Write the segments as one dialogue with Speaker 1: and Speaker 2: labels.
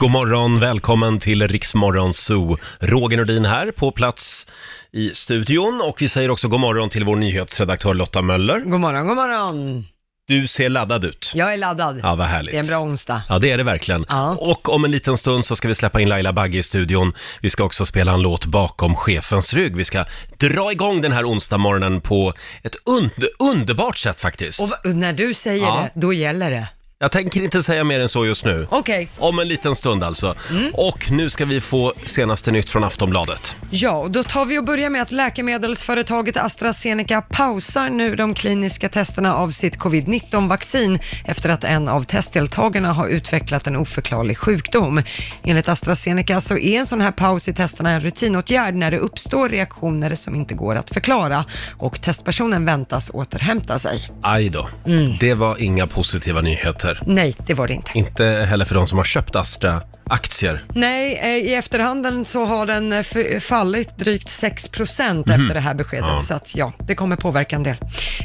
Speaker 1: God morgon, välkommen till Riksmorgon Zoo. Roger Nordin här på plats i studion och vi säger också god morgon till vår nyhetsredaktör Lotta Möller.
Speaker 2: God morgon, god morgon.
Speaker 1: Du ser laddad ut.
Speaker 2: Jag är laddad.
Speaker 1: Ja, vad härligt.
Speaker 2: Det är en bra onsdag.
Speaker 1: Ja, det är det verkligen.
Speaker 2: Ja.
Speaker 1: Och om en liten stund så ska vi släppa in Laila Bagge i studion. Vi ska också spela en låt bakom chefens rygg. Vi ska dra igång den här onsdag morgonen på ett und- underbart sätt faktiskt.
Speaker 2: Och va- när du säger
Speaker 1: Ja.
Speaker 2: det, då gäller det.
Speaker 1: Jag tänker inte säga mer än så just nu.
Speaker 2: Okej,
Speaker 1: Om en liten stund alltså.
Speaker 2: Mm.
Speaker 1: Och nu ska vi få senaste nytt från Aftonbladet.
Speaker 2: ja, och då tar vi och börjar med att läkemedelsföretaget AstraZeneca pausar nu de kliniska testerna av sitt covid-19-vaccin efter att en av testdeltagarna har utvecklat en oförklarlig sjukdom. Enligt AstraZeneca så är en sån här paus i testerna en rutinåtgärd när det uppstår reaktioner som inte går att förklara och testpersonen väntas återhämta sig.
Speaker 1: Aj då.
Speaker 2: Mm.
Speaker 1: Det var inga positiva nyheter.
Speaker 2: Nej, det var det inte.
Speaker 1: Inte heller för de som har köpt Astra-aktier.
Speaker 2: Nej, eh, i efterhanden så har den eh, f- fallit drygt 6 procent efter det här beskedet.
Speaker 1: Ja.
Speaker 2: Så att ja, det kommer påverka en del.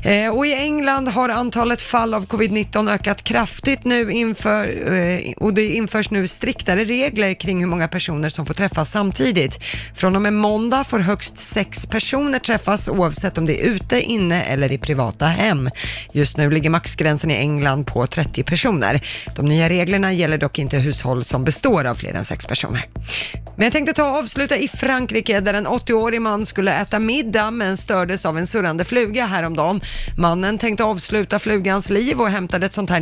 Speaker 2: Eh, och i England har antalet fall av covid-19 ökat kraftigt nu inför, eh, och det införs nu striktare regler kring hur många personer som får träffas samtidigt. Från och med måndag får högst sex personer träffas oavsett om det är ute, inne eller i privata hem. Just nu ligger maxgränsen i England på 30 personer. De nya reglerna gäller dock inte hushåll som består av fler än sex personer. Men jag tänkte ta och avsluta i Frankrike där en 80-årig man skulle äta middag men stördes av en surrande fluga häromdagen. Mannen tänkte avsluta flugans liv och hämtade ett sånt här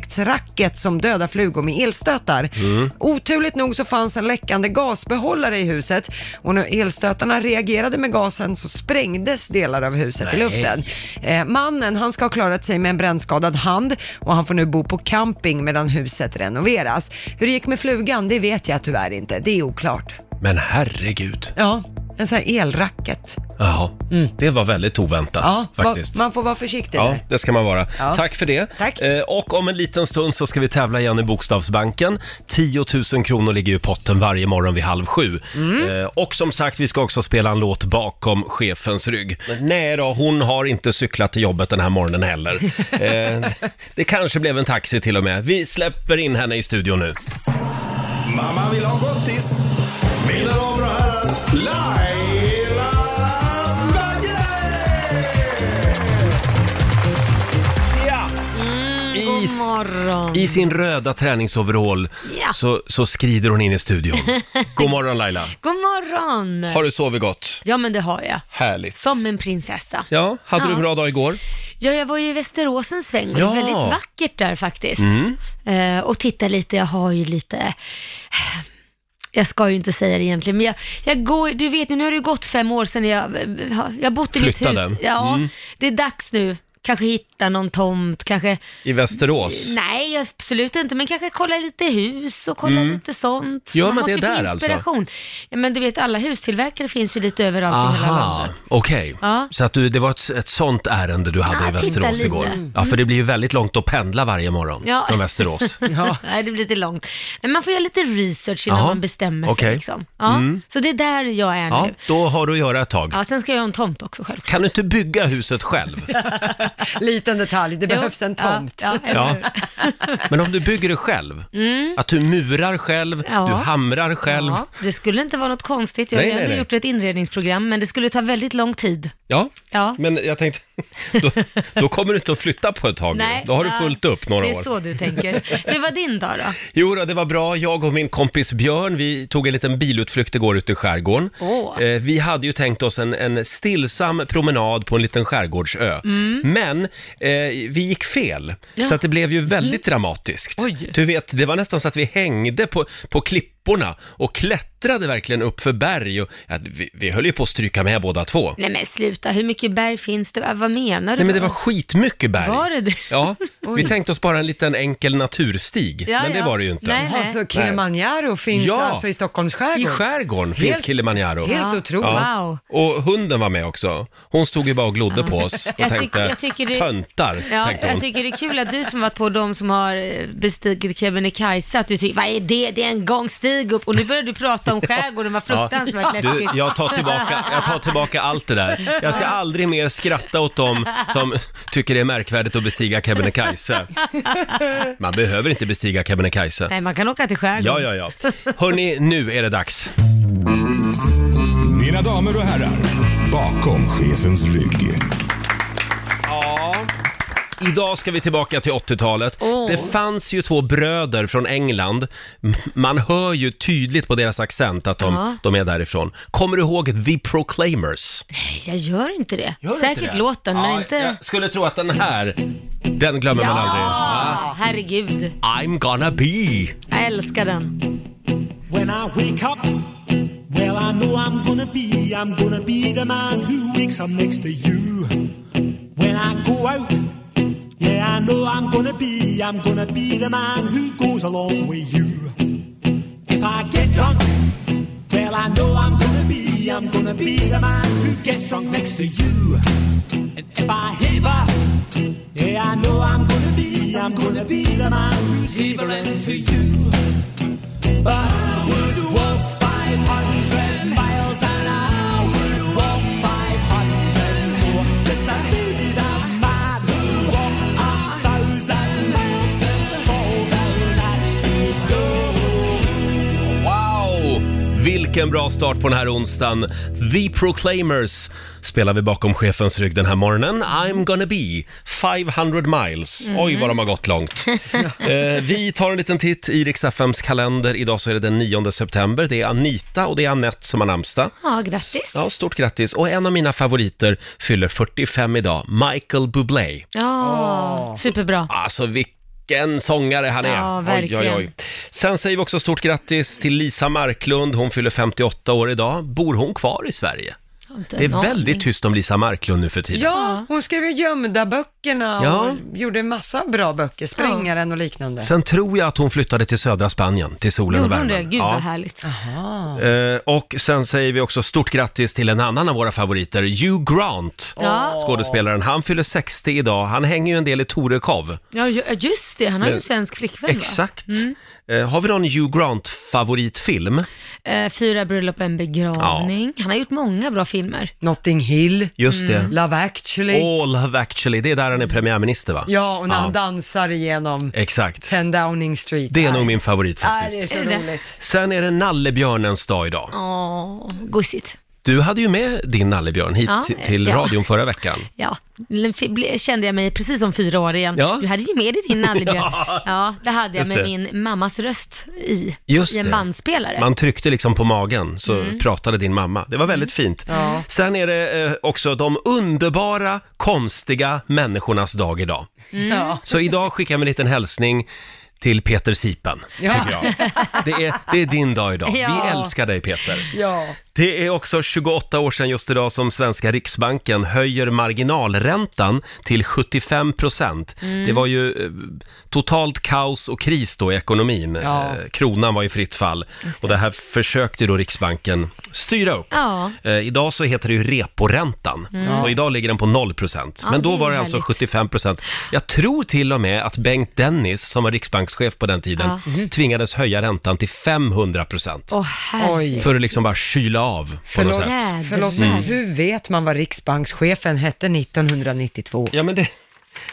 Speaker 2: insektsracket som dödar flugor med elstötar. Oturligt nog så fanns en läckande gasbehållare i huset och när elstötarna reagerade med gasen så sprängdes delar av huset i
Speaker 1: Nej.
Speaker 2: luften. Eh, mannen han ska ha klarat sig med en brännskadad hand och han får nu bo på camping medan huset renoveras. Hur det gick med flugan det vet jag tyvärr inte, det är oklart.
Speaker 1: Men herregud.
Speaker 2: Ja, en sån här elracket.
Speaker 1: Jaha. Det var väldigt oväntat
Speaker 2: Mm. Ja, va-
Speaker 1: faktiskt.
Speaker 2: man får vara försiktig
Speaker 1: Ja,
Speaker 2: där.
Speaker 1: det ska man vara.
Speaker 2: Ja.
Speaker 1: Tack för det.
Speaker 2: Tack.
Speaker 1: Eh, och om en liten stund så ska vi tävla igen i Bokstavsbanken. 10 000 kronor ligger ju i potten varje morgon vid halv sju. Eh, och som sagt, vi ska också spela en låt bakom chefens rygg. Men Nej då, hon har inte cyklat till jobbet den här morgonen heller. eh, det kanske blev en taxi till och med. Vi släpper in henne i studion nu.
Speaker 3: Mamma vill ha gottis. Mina damer och herrar, Laila Bagge!
Speaker 1: Ja! I,
Speaker 4: God morgon.
Speaker 1: I sin röda träningsoverall
Speaker 4: Ja.
Speaker 1: så, så skrider hon in i studion. God morgon Laila.
Speaker 4: God morgon.
Speaker 1: Har du sovit gott?
Speaker 4: Ja, men det har jag.
Speaker 1: Härligt.
Speaker 4: Som en prinsessa. Ja,
Speaker 1: Ja, hade du en
Speaker 4: Ja.
Speaker 1: bra dag igår?
Speaker 4: jag var ju i Västerås en sväng och det
Speaker 1: Ja. Mm.
Speaker 4: är väldigt vackert där faktiskt. Eh, och titta lite, jag har ju lite, jag ska ju inte säga det egentligen, men jag, jag går, du vet ju, nu har det ju gått fem år sedan jag, eh, jag har bott i
Speaker 1: Flyttade.
Speaker 4: mitt hus. Ja,
Speaker 1: Mm.
Speaker 4: det är dags nu. Kanske hitta någon tomt, kanske,
Speaker 1: I Västerås?
Speaker 4: nej absolut inte, men kanske kolla lite hus och kolla lite sånt.
Speaker 1: Gör man Mm. det
Speaker 4: måste ju få
Speaker 1: där alltså?
Speaker 4: inspiration. Ja, men du vet alla hustillverkare finns ju lite överallt i hela
Speaker 1: Aha,
Speaker 4: landet.
Speaker 1: okej.
Speaker 4: Ja.
Speaker 1: Så att du, det var ett, ett sånt ärende du hade
Speaker 4: Ja,
Speaker 1: i Västerås
Speaker 4: titta
Speaker 1: igår?
Speaker 4: lite. Mm.
Speaker 1: Ja, för det blir ju väldigt långt att pendla varje morgon
Speaker 4: Ja.
Speaker 1: från Västerås.
Speaker 4: Nej, det blir lite långt. Men man får göra lite research innan
Speaker 1: Jaha.
Speaker 4: man bestämmer sig.
Speaker 1: Okej. Mm.
Speaker 4: Liksom. Ja. Så det är där jag är
Speaker 1: Ja,
Speaker 4: nu.
Speaker 1: då har du att göra ett tag.
Speaker 4: Ja, sen ska jag ha en tomt också självklart.
Speaker 1: Kan du inte bygga huset själv?
Speaker 2: Liten detalj, det behövs en tomt.
Speaker 4: Ja, ja,
Speaker 1: Ja.
Speaker 4: eller hur?
Speaker 1: Men om du bygger det själv, att du murar själv,
Speaker 4: Mm. Ja.
Speaker 1: du hamrar själv.
Speaker 4: ja.
Speaker 1: Ja,
Speaker 4: Det skulle inte vara något konstigt. Jag
Speaker 1: Nej,
Speaker 4: har
Speaker 1: nej,
Speaker 4: ändå
Speaker 1: nej.
Speaker 4: gjort ett inredningsprogram, men det skulle ta väldigt lång tid. Ja.
Speaker 1: men jag tänkte, då, då kommer du inte att flytta på ett tag nu. Då har du
Speaker 4: ja.
Speaker 1: fullt upp några
Speaker 4: Det är
Speaker 1: år.
Speaker 4: så du tänker. Hur var din dag då?
Speaker 1: Jo då, det var bra. Jag och min kompis Björn, vi tog en liten bilutflykt igår ute i skärgården.
Speaker 4: Åh.
Speaker 1: Eh, vi hade ju tänkt oss en, en stillsam promenad på en liten skärgårdsö.
Speaker 4: Mm.
Speaker 1: Men eh, vi gick fel, så att det blev ju väldigt dramatiskt.
Speaker 4: Mm. Oj.
Speaker 1: Du vet, det var nästan så att vi hängde på, på klipporna och klättrade verkligen upp för berg. Och, ja, vi, vi höll ju på att stryka med båda två.
Speaker 4: Nej men sluta, hur mycket berg finns det? Vad menar du?
Speaker 1: Nej men det
Speaker 4: då?
Speaker 1: var skitmycket berg.
Speaker 4: Var det det?
Speaker 1: Ja, vi tänkte oss bara en liten enkel naturstig,
Speaker 4: Ja,
Speaker 1: men det
Speaker 4: ja.
Speaker 1: var det ju inte.
Speaker 4: Nej,
Speaker 2: Jaha,
Speaker 4: nej.
Speaker 2: så Kilimanjaro finns
Speaker 1: Ja.
Speaker 2: alltså i Stockholms skärgård?
Speaker 1: I skärgården finns
Speaker 2: Helt-
Speaker 1: Kilimanjaro.
Speaker 2: Helt
Speaker 4: Ja.
Speaker 2: otroligt.
Speaker 4: Ja. Wow.
Speaker 1: Och hunden var med också. Hon stod ju bara och glodde på oss och
Speaker 4: Jag tycker-
Speaker 1: tänkte,
Speaker 4: jag tycker det-
Speaker 1: töntar,
Speaker 4: Ja,
Speaker 1: tänkte hon.
Speaker 4: jag tycker det är kul att du som varit på de som har eh, bestigit Kebnekaise, att du tycker, vad är det? Det är en gångstig. stig upp och nu börjar du prata om skärgården, vad
Speaker 1: du,
Speaker 4: fruktansvärt läskigt.
Speaker 1: jag, tar tillbaka, jag tar tillbaka allt det där. Jag ska aldrig mer skratta åt dem som tycker det är märkvärdigt att bestiga Kebnekaise. Man behöver inte bestiga Kebnekaise.
Speaker 4: Nej, man kan åka till skärgården.
Speaker 1: Ja, ja, ja. Hörni, nu är det dags.
Speaker 3: Mina damer och herrar, bakom chefens rygg.
Speaker 1: Idag ska vi tillbaka till 80-talet.
Speaker 4: Åh.
Speaker 1: Det fanns ju två bröder från England. M- Man hör ju tydligt på deras accent att de,
Speaker 4: Ja.
Speaker 1: de är därifrån. Kommer du ihåg The Proclaimers?
Speaker 4: Nej, jag gör inte det.
Speaker 1: Gör
Speaker 4: Säkert
Speaker 1: inte det?
Speaker 4: låten, men
Speaker 1: Ja,
Speaker 4: inte...
Speaker 1: Jag skulle tro att den här, den glömmer man aldrig.
Speaker 4: Ja, herregud.
Speaker 1: I'm gonna be.
Speaker 4: Jag älskar den.
Speaker 5: When I wake up, well, I know I'm gonna be, I'm gonna be the man who wakes up next to you. When I go out, yeah, I know I'm gonna be, I'm gonna be the man who goes along with you. If I get drunk, well, I know I'm gonna be, I'm gonna be the man who gets drunk next to you. And if I haver, yeah, I know I'm gonna be, I'm gonna be the man who's havering to you. But I would walk 500 miles and I would walk 500 more just to be the man who walked a thousand miles and fall down at your door.
Speaker 1: Wow! Vilken bra start på den här onsdagen. The Proclaimers spelar vi bakom chefens rygg den här morgonen. I'm gonna be 500 miles. Oj, vad de har gått långt. eh, vi tar en liten titt i Rix FMs kalender. Idag så är det den 9 september. Det är Anita och det är Annette som har namnsdag.
Speaker 4: Ja, grattis.
Speaker 1: Ja, stort grattis. Och en av mina favoriter fyller 45 idag, Michael Bublé.
Speaker 4: Ja, superbra.
Speaker 1: Alltså vilken sångare han är.
Speaker 4: Ja, verkligen.
Speaker 1: Sen säger vi också stort grattis till Lisa Marklund. Hon fyller 58 år idag. Bor hon kvar i Sverige? Det är väldigt tyst om Lisa Marklund nu för tiden.
Speaker 2: Ja, hon skrev ju gömda böckerna och
Speaker 1: Ja.
Speaker 2: gjorde en massa bra böcker, Sprängaren och liknande.
Speaker 1: Sen tror jag att hon flyttade till södra Spanien, till solen och
Speaker 4: Gjorde hon
Speaker 1: värmen.
Speaker 4: det? Gud
Speaker 1: Ja.
Speaker 4: vad härligt.
Speaker 1: Eh, Och sen säger vi också stort grattis till en annan av våra favoriter, Hugh Grant.
Speaker 4: Ja.
Speaker 1: Skådespelaren, han fyller 60 idag. Han hänger ju en del i Torekov.
Speaker 4: ja, ju- just det. Han har ju
Speaker 1: Men-
Speaker 4: en svensk flickvän va?
Speaker 1: Exakt. Eh, Har vi någon Hugh Grant-favoritfilm?
Speaker 4: Eh, Fyra bröllop och en begravning. Han har gjort många bra filmer.
Speaker 2: Notting Hill,
Speaker 1: Just det.
Speaker 2: Love actually.
Speaker 1: All have actually, det är där han
Speaker 4: Mm.
Speaker 1: är premiärminister va?
Speaker 2: Ja, och när han
Speaker 1: Ja,
Speaker 2: dansar igenom
Speaker 1: Exakt.
Speaker 2: 10 Downing Street.
Speaker 1: Det är
Speaker 2: Nej.
Speaker 1: nog min favorit
Speaker 2: Nej,
Speaker 1: faktiskt.
Speaker 2: det är så
Speaker 4: Är det?
Speaker 2: roligt.
Speaker 1: Sen är det nallebjörnens dag idag.
Speaker 4: Åh, gosigt.
Speaker 1: Du hade ju med din nallebjörn hit
Speaker 4: Ja,
Speaker 1: till
Speaker 4: ja.
Speaker 1: radion förra veckan.
Speaker 4: Ja, l- f- ble- kände jag mig precis som fyra år igen.
Speaker 1: Ja.
Speaker 4: Du hade ju med dig din nallebjörn.
Speaker 1: Ja.
Speaker 4: ja. det hade jag
Speaker 1: Just
Speaker 4: med
Speaker 1: det.
Speaker 4: min mammas röst i.
Speaker 1: Just
Speaker 4: I en
Speaker 1: det.
Speaker 4: bandspelare. Mm.
Speaker 1: Man tryckte liksom på magen så pratade din mamma. Det var väldigt fint. Sen är det eh, också de underbara, konstiga människornas dag idag.
Speaker 4: Mm.
Speaker 2: Ja.
Speaker 1: Så idag skickar vi en liten hälsning till Peter Sipen,
Speaker 2: Ja.
Speaker 1: tycker jag. Det är, det är din dag idag.
Speaker 4: Ja.
Speaker 1: Vi älskar dig Peter.
Speaker 2: Ja.
Speaker 1: Det är också 28 år sedan just idag som svenska Riksbanken höjer marginalräntan till 75 procent.
Speaker 4: Mm.
Speaker 1: Det var ju eh, totalt kaos och kris då i ekonomin.
Speaker 2: Ja.
Speaker 1: Eh, Kronan var i fritt fall och det här försökte då Riksbanken styra upp.
Speaker 4: Ja. Mm.
Speaker 1: Eh, idag så heter det ju reporäntan och idag ligger den på 0 procent.
Speaker 4: Ja,
Speaker 1: Men
Speaker 4: det
Speaker 1: då
Speaker 4: är
Speaker 1: var det alltså
Speaker 4: härligt.
Speaker 1: 75 procent. Jag tror till och med att Bengt Dennis, som var riksbankschef på den tiden, Mm. tvingades höja räntan till 500 procent.
Speaker 4: Åh, herregud.
Speaker 2: Oj.
Speaker 1: För att liksom bara kyla av på
Speaker 2: Förlåt.
Speaker 1: något sätt. Mm.
Speaker 4: Jädrar.
Speaker 2: Förlåt, hur vet man vad riksbankschefen hette 1992?
Speaker 1: Ja, men det,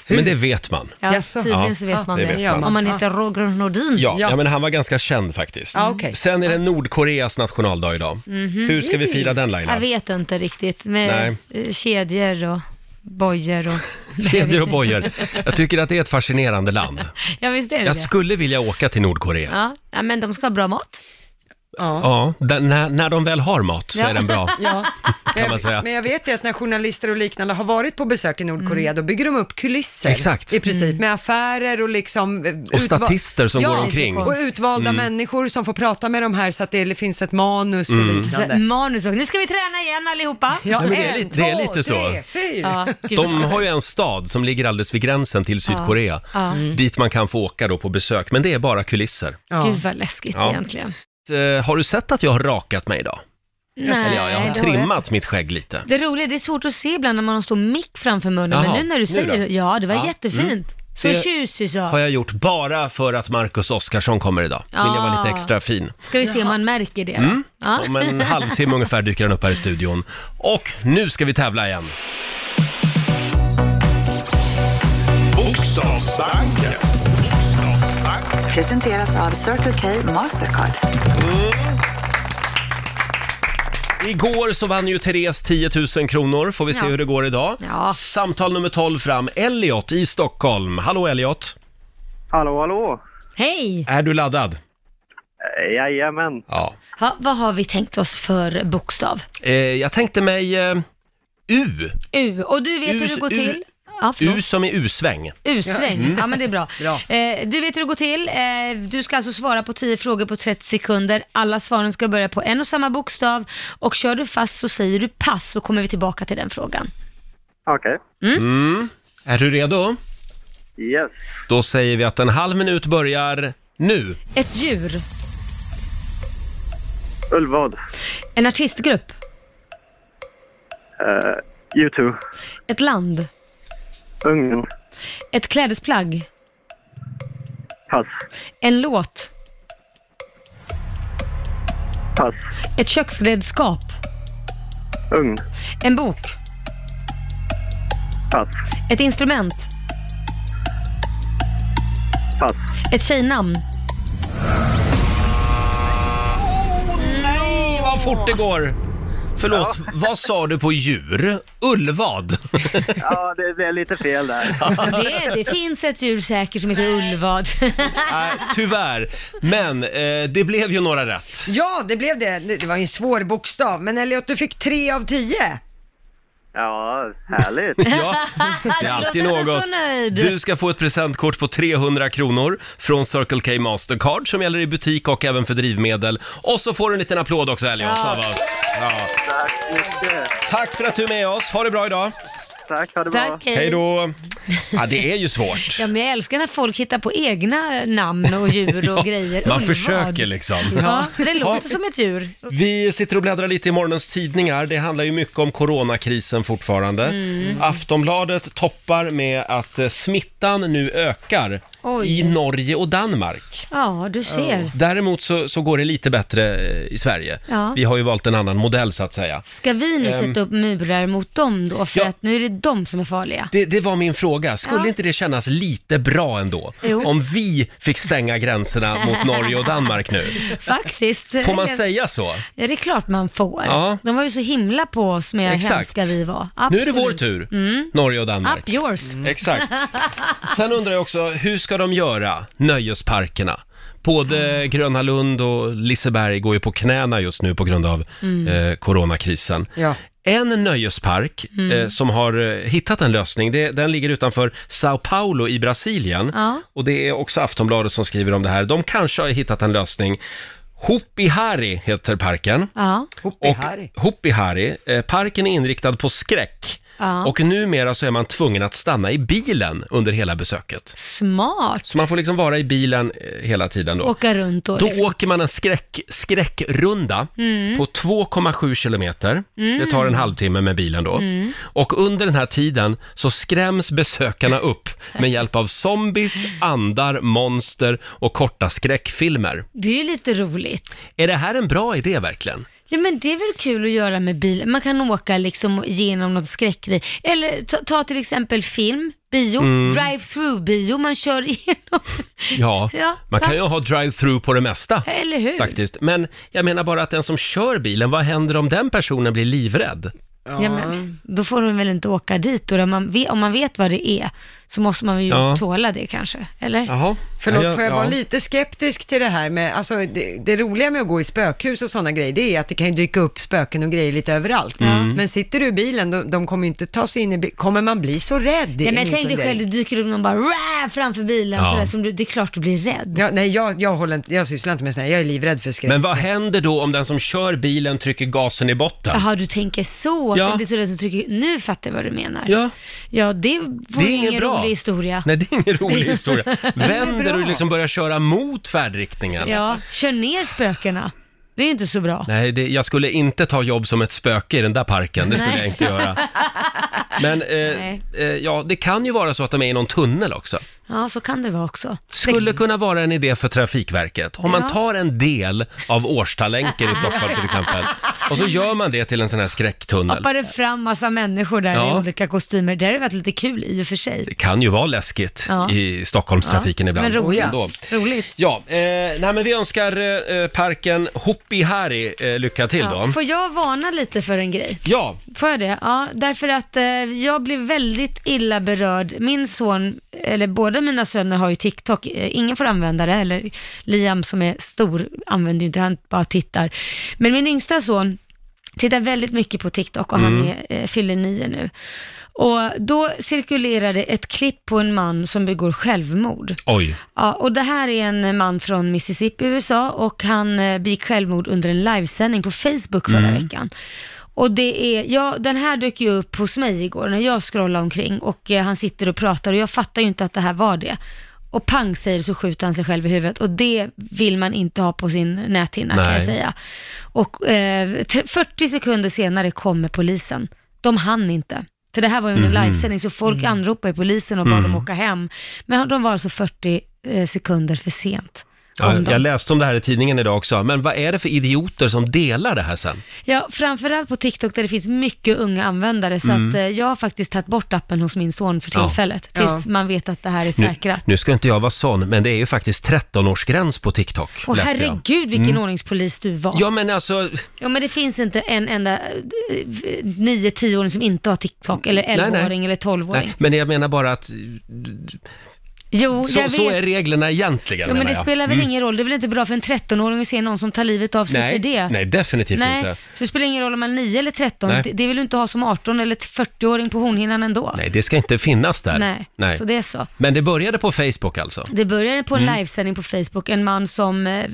Speaker 1: men det vet man.
Speaker 4: Ja,
Speaker 2: Jaså?
Speaker 4: tydligen
Speaker 1: Ja,
Speaker 4: så vet man
Speaker 1: det
Speaker 4: det.
Speaker 1: vet man.
Speaker 4: Om man heter Roger Nordin.
Speaker 1: Ja, ja.
Speaker 2: Ja.
Speaker 1: men han var ganska känd faktiskt.
Speaker 2: Ja, okej.
Speaker 1: Sen är det Nordkoreas nationaldag idag. Hur ska vi fira den Laila?
Speaker 4: Jag vet inte riktigt, med eh, kedjor och bojor och...
Speaker 1: Kedjor och bojor. Jag tycker att det är ett fascinerande land.
Speaker 4: Ja, visst är det
Speaker 1: Jag
Speaker 4: det.
Speaker 1: skulle vilja åka till Nordkorea.
Speaker 4: Ja, ja, men de ska ha bra mat.
Speaker 2: Ja.
Speaker 1: Ja, där- när, när de väl har mat så
Speaker 4: Ja.
Speaker 1: är den bra.
Speaker 2: Ja.
Speaker 1: Kan man säga.
Speaker 2: Men jag vet ju att när journalister och liknande har varit på besök i Nordkorea,
Speaker 4: Mm.
Speaker 2: då bygger de upp kulisser.
Speaker 1: Exakt.
Speaker 2: I princip, med affärer och liksom... eh,
Speaker 1: Och
Speaker 2: utva-
Speaker 1: statister som
Speaker 2: Ja,
Speaker 1: går
Speaker 4: det är så
Speaker 1: omkring. Mm.
Speaker 4: konstigt.
Speaker 2: Och utvalda människor som får prata med de här så att det finns ett manus och
Speaker 4: Så,
Speaker 2: liknande.
Speaker 4: manus och... Nu ska vi träna igen allihopa.
Speaker 2: Ja,
Speaker 1: Nej, Mm. men det är
Speaker 2: en,
Speaker 1: lite- det är lite
Speaker 2: två,
Speaker 1: så.
Speaker 2: Tre, fyra.
Speaker 4: Ja, gud.
Speaker 1: De har ju en stad som ligger alldeles vid gränsen till Sydkorea,
Speaker 4: Ja.
Speaker 1: dit man kan få åka då på besök, men det är bara kulisser.
Speaker 2: Mm. Ja.
Speaker 4: Gud vad läskigt
Speaker 1: Ja.
Speaker 4: egentligen.
Speaker 1: Eh, har du sett att jag har rakat mig idag?
Speaker 4: Nej,
Speaker 1: Eller ja, jag
Speaker 4: det
Speaker 1: har
Speaker 4: har
Speaker 1: trimmat mitt skägg lite.
Speaker 4: jag. Det roliga, det är svårt att se ibland när man har en stor mick framför munnen,
Speaker 1: Jaha,
Speaker 4: men nu när
Speaker 1: nu
Speaker 4: du säger
Speaker 1: då?
Speaker 4: det, ja det var
Speaker 1: Ja, Mm.
Speaker 4: jättefint. Så
Speaker 1: Det-
Speaker 4: tjusig så.
Speaker 1: Har jag gjort bara för att Marcus Oskarsson kommer idag. Vill jag vara
Speaker 4: Ah.
Speaker 1: lite extra fin.
Speaker 4: Ska vi se om man märker det då?
Speaker 1: Mm.
Speaker 4: Ja.
Speaker 1: Om en halvtimme ungefär dyker han upp här i studion. Och nu ska vi tävla igen.
Speaker 3: Bokstavsbanken.
Speaker 6: Presenteras av Circle K Mastercard.
Speaker 1: Igår så vann ju Therese 10 000 kronor. Får vi se
Speaker 4: Ja.
Speaker 1: hur det går idag.
Speaker 4: Ja.
Speaker 1: Samtal nummer 12 fram. Elliot i Stockholm. Hallå Elliot!
Speaker 7: Hallå, hallå!
Speaker 4: Hej!
Speaker 1: Är du laddad?
Speaker 7: Eh, Jajamän.
Speaker 1: Ja.
Speaker 4: Ha, vad har vi tänkt oss för bokstav?
Speaker 1: Eh, jag tänkte mig eh, U.
Speaker 4: U. Och du vet
Speaker 1: U-
Speaker 4: hur det går
Speaker 1: U- Mm.
Speaker 4: till? Ja, förlåt.
Speaker 1: U som i U-sväng.
Speaker 4: U-sväng. Ja, men det är bra. Eh, du vet hur det går till. Eh, du ska alltså svara på 10 frågor på 30 sekunder. Alla svaren ska börja på en och samma bokstav och kör du fast så säger du pass så kommer vi tillbaka till den frågan.
Speaker 7: Okej.
Speaker 1: Är du redo?
Speaker 7: Yes.
Speaker 1: Då säger vi att en halv minut börjar nu.
Speaker 4: Ett djur.
Speaker 7: Ulvad.
Speaker 4: En artistgrupp.
Speaker 7: Eh, U2.
Speaker 4: Ett land.
Speaker 7: Ungern.
Speaker 4: Ett klädesplagg.
Speaker 7: Pass.
Speaker 4: En låt.
Speaker 7: Pass.
Speaker 4: Ett köksredskap.
Speaker 7: Ugn.
Speaker 4: En bok.
Speaker 7: Pass.
Speaker 4: Ett instrument.
Speaker 7: Pass.
Speaker 4: Ett tjejnamn.
Speaker 1: Nej, vad fort det går! Förlåt, vad sa du på djur? Ullvad?
Speaker 7: Ja, det, det är lite fel där.
Speaker 4: Det, det finns ett djur säkert som heter Ulvad.
Speaker 1: Nej, tyvärr. Men eh, det blev ju några rätt.
Speaker 2: Ja, det blev det. Det det var ju en svår bokstav, men Elliot, du fick tre av tio.
Speaker 7: Ja, härligt.
Speaker 1: Ja, det är alltid något. Du ska få ett presentkort på 300 kronor från Circle K Mastercard som gäller i butik och även för drivmedel. Och så får du en liten applåd också Elliot
Speaker 4: Ja.
Speaker 1: av oss. Ja.
Speaker 7: Tack så mycket.
Speaker 1: Tack för att du är med oss. Ha det bra idag.
Speaker 7: Tack, ha det bra.
Speaker 4: Tack, hej.
Speaker 1: Hej då. Ja, det är ju svårt.
Speaker 4: Ja, men jag älskar när folk hittar på egna namn och djur och grejer.
Speaker 1: Man
Speaker 4: Ulvad.
Speaker 1: försöker liksom.
Speaker 4: Ja, det
Speaker 1: Ja.
Speaker 4: låter som ett djur.
Speaker 1: Vi sitter och bläddrar lite i morgonens tidningar. Det handlar ju mycket om coronakrisen fortfarande.
Speaker 4: Mm.
Speaker 1: Aftonbladet toppar med att eh, smittan nu ökar
Speaker 4: Oj.
Speaker 1: i Norge och Danmark.
Speaker 4: Ja, du ser.
Speaker 1: Däremot så, så går det lite bättre eh, i Sverige.
Speaker 4: Ja.
Speaker 1: Vi har ju valt en annan modell så att säga.
Speaker 4: Ska vi nu
Speaker 1: Ehm.
Speaker 4: sätta upp murar mot dem då? För
Speaker 1: Ja.
Speaker 4: att nu är det de som är farliga.
Speaker 1: Det, det var min fråga. Skulle
Speaker 4: Ja.
Speaker 1: inte det kännas lite bra ändå?
Speaker 4: Jo.
Speaker 1: Om vi fick stänga gränserna mot Norge och Danmark nu.
Speaker 4: Faktiskt.
Speaker 1: Får man säga så?
Speaker 4: Ja, det är klart man får.
Speaker 1: Ja.
Speaker 4: De var ju så himla på oss med hur
Speaker 1: Exakt.
Speaker 4: hemska vi var.
Speaker 1: Nu är det vår
Speaker 4: Absolut. Mm.
Speaker 1: tur, Mm. Norge och Danmark.
Speaker 4: Up yours.
Speaker 1: Exakt. Sen undrar jag också, hur ska de göra, nöjesparkerna? Både Gröna Lund och Liseberg går ju på knäna just nu på grund av eh, coronakrisen.
Speaker 2: Ja.
Speaker 1: En nöjespark eh, som har eh, hittat en lösning, det, den ligger utanför Sao Paulo i Brasilien.
Speaker 4: Ja.
Speaker 1: Och det är också Aftonbladet som skriver om det här. De kanske har hittat en lösning. Hopihari heter parken.
Speaker 4: Ja.
Speaker 1: Och
Speaker 2: Hoppihari.
Speaker 1: Hoppihari, eh, parken är inriktad på skräck.
Speaker 4: Ja.
Speaker 1: Och numera så är man tvungen att stanna i bilen under hela besöket.
Speaker 4: Smart.
Speaker 1: Så man får liksom vara i bilen eh, hela tiden då.
Speaker 4: Åka runt och
Speaker 1: Då
Speaker 4: liksom.
Speaker 1: åker man en skräck, skräckrunda
Speaker 4: Mm.
Speaker 1: på 2,7 kilometer. Det tar en halvtimme med bilen då.
Speaker 4: Mm.
Speaker 1: Och under den här tiden så skräms besökarna upp med hjälp av zombies, andar, monster och korta skräckfilmer.
Speaker 4: Det är ju lite roligt.
Speaker 1: Är det här en bra idé verkligen?
Speaker 4: Ja men det är väl kul att göra med bil. Man kan åka liksom genom något skräckeri. Eller ta, ta till exempel film, bio, drive-through-bio, man kör igenom.
Speaker 1: Mm. Ja,
Speaker 4: Ja,
Speaker 1: man
Speaker 4: va?
Speaker 1: kan ju ha drive-through på det mesta.
Speaker 4: Eller hur?
Speaker 1: Faktiskt. Men jag menar bara att den som kör bilen, vad händer om den personen blir livrädd?
Speaker 4: Ja, men, då får de väl inte åka dit då. Om man, vet, om man vet vad det är så måste man ju
Speaker 1: Ja.
Speaker 4: tåla det kanske, eller?
Speaker 1: Jaha.
Speaker 2: Förlåt, får jag vara lite skeptisk till det här med, alltså det, det roliga med att gå i spökhus och sådana grejer, det är att det kan ju dyka upp spöken och grejer lite överallt.
Speaker 1: Mm.
Speaker 2: Men sitter du i bilen, de, de kommer ju inte ta sig in i bilen, kommer man bli så rädd? Det är
Speaker 4: Ja, men
Speaker 2: min
Speaker 4: jag tänkte
Speaker 2: fundering.
Speaker 4: själv, det dyker upp någon bara "Rah!" framför bilen,
Speaker 1: Ja.
Speaker 4: sådär, som du, det är klart du blir rädd.
Speaker 2: Ja, nej, jag, jag, håller inte, jag sysslar inte med sådana, jag är livrädd för skräck.
Speaker 1: Men vad händer då om den som kör bilen trycker gasen i botten?
Speaker 4: Jaha, du tänker så, att
Speaker 1: Ja.
Speaker 4: ja. blir så rädd så trycker Nu fattar jag vad du menar.
Speaker 1: Ja,
Speaker 4: Ja, det var
Speaker 1: det är
Speaker 4: ju ingen
Speaker 1: ingen bra.
Speaker 4: rolig historia.
Speaker 1: Nej, det är ingen rolig historia. Vänder
Speaker 2: bra.
Speaker 1: du liksom börjar köra mot färdriktningen?
Speaker 4: Ja, kör ner spökena. Det är ju inte så bra.
Speaker 1: Nej, det, jag skulle inte ta jobb som ett spöke i den där parken. Det skulle
Speaker 4: Nej.
Speaker 1: jag inte göra. Men eh,
Speaker 4: Nej.
Speaker 1: eh, ja, det kan ju vara så att de är i någon tunnel också.
Speaker 4: Ja, så kan det vara också.
Speaker 1: Skulle kunna vara en idé för Trafikverket. Om man
Speaker 4: Ja.
Speaker 1: tar en del av Årstalenken i Stockholm till exempel och så gör man det till en sån här skräcktunnel.
Speaker 4: hoppade fram massa människor där
Speaker 1: Ja.
Speaker 4: i olika kostymer. Det hade varit lite kul i och för sig.
Speaker 1: Det kan ju vara läskigt
Speaker 4: Ja.
Speaker 1: i Stockholmstrafiken
Speaker 4: Ja,
Speaker 1: ibland.
Speaker 4: men roligt.
Speaker 1: Ändå.
Speaker 4: Roligt.
Speaker 1: Ja, eh, nej, men vi önskar eh, eh, parken Hoppihari eh, lycka till
Speaker 4: Ja.
Speaker 1: då.
Speaker 4: Får jag varna lite för en grej?
Speaker 1: Ja,
Speaker 4: Får jag det? Ja, därför att eh, jag blev väldigt illa berörd. Min son, eller båda mina söner har ju TikTok. Eh, ingen får använda det, eller Liam som är stor använder ju inte det, han bara tittar. Men min yngsta son tittar väldigt mycket på TikTok och han är, eh, fyller nio nu. Och då cirkulerade ett klipp på en man som begår självmord.
Speaker 1: oj.
Speaker 4: Ja, och det här är en man från Mississippi, USA och han eh, begick självmord under en livesändning på Facebook förra veckan. Och det är, ja, den här dök ju upp hos mig igår när jag scrollade omkring och eh, han sitter och pratar och jag fattar ju inte att det här var det. Och pang säger det så skjuter han sig själv i huvudet och det vill man inte ha på sin näthinna kan jag
Speaker 1: Nej.
Speaker 4: säga. Och eh, t- 40 sekunder senare kommer polisen. De hann inte. För det här var ju
Speaker 1: Mhm.
Speaker 4: under livesändning så folk
Speaker 1: Mm.
Speaker 4: anropade polisen och bad dem åka hem. Men de var alltså 40 eh, sekunder för sent. kom
Speaker 1: Ja,
Speaker 4: de.
Speaker 1: jag läste om det här i tidningen idag också, men vad är det för idioter som delar det här sen?
Speaker 4: Ja, framförallt på TikTok där det finns mycket unga användare. Så att, eh, jag har faktiskt tagit bort appen hos min son för
Speaker 1: Mm. Ja.
Speaker 4: tillfället. Tills man vet att det här är
Speaker 1: Nu,
Speaker 4: säkrat.
Speaker 1: nu ska inte jag vara sån, men det är ju faktiskt 13-årsgräns på TikTok,
Speaker 4: Och
Speaker 1: läste jag. Mm.
Speaker 4: herregud vilken ordningspolis du var.
Speaker 1: Ja, men alltså,
Speaker 4: Ja, men det finns inte en enda 9-10-åring som inte har TikTok, eller
Speaker 1: nej.
Speaker 4: 11-åring eller 12-åring.
Speaker 1: nej, men jag menar bara att
Speaker 4: Jo,
Speaker 1: så,
Speaker 4: jag vet.
Speaker 1: så är reglerna egentligen,
Speaker 4: Jo, men
Speaker 1: menar
Speaker 4: det
Speaker 1: jag. Mm.
Speaker 4: spelar väl ingen roll. Det är väl inte bra för en 13-åring att se någon som tar livet av sig
Speaker 1: nej,
Speaker 4: för det?
Speaker 1: nej, definitivt
Speaker 4: Nej,
Speaker 1: inte.
Speaker 4: så det spelar ingen roll om man är 9 eller 13.
Speaker 1: Nej.
Speaker 4: Det, det vill du inte ha som 18 eller 40-åring på hornhinnan ändå.
Speaker 1: Nej, det ska inte finnas där.
Speaker 4: Nej. så det är så.
Speaker 1: Men det började på Facebook alltså?
Speaker 4: Det började på en livesändning på Facebook, en man som eh,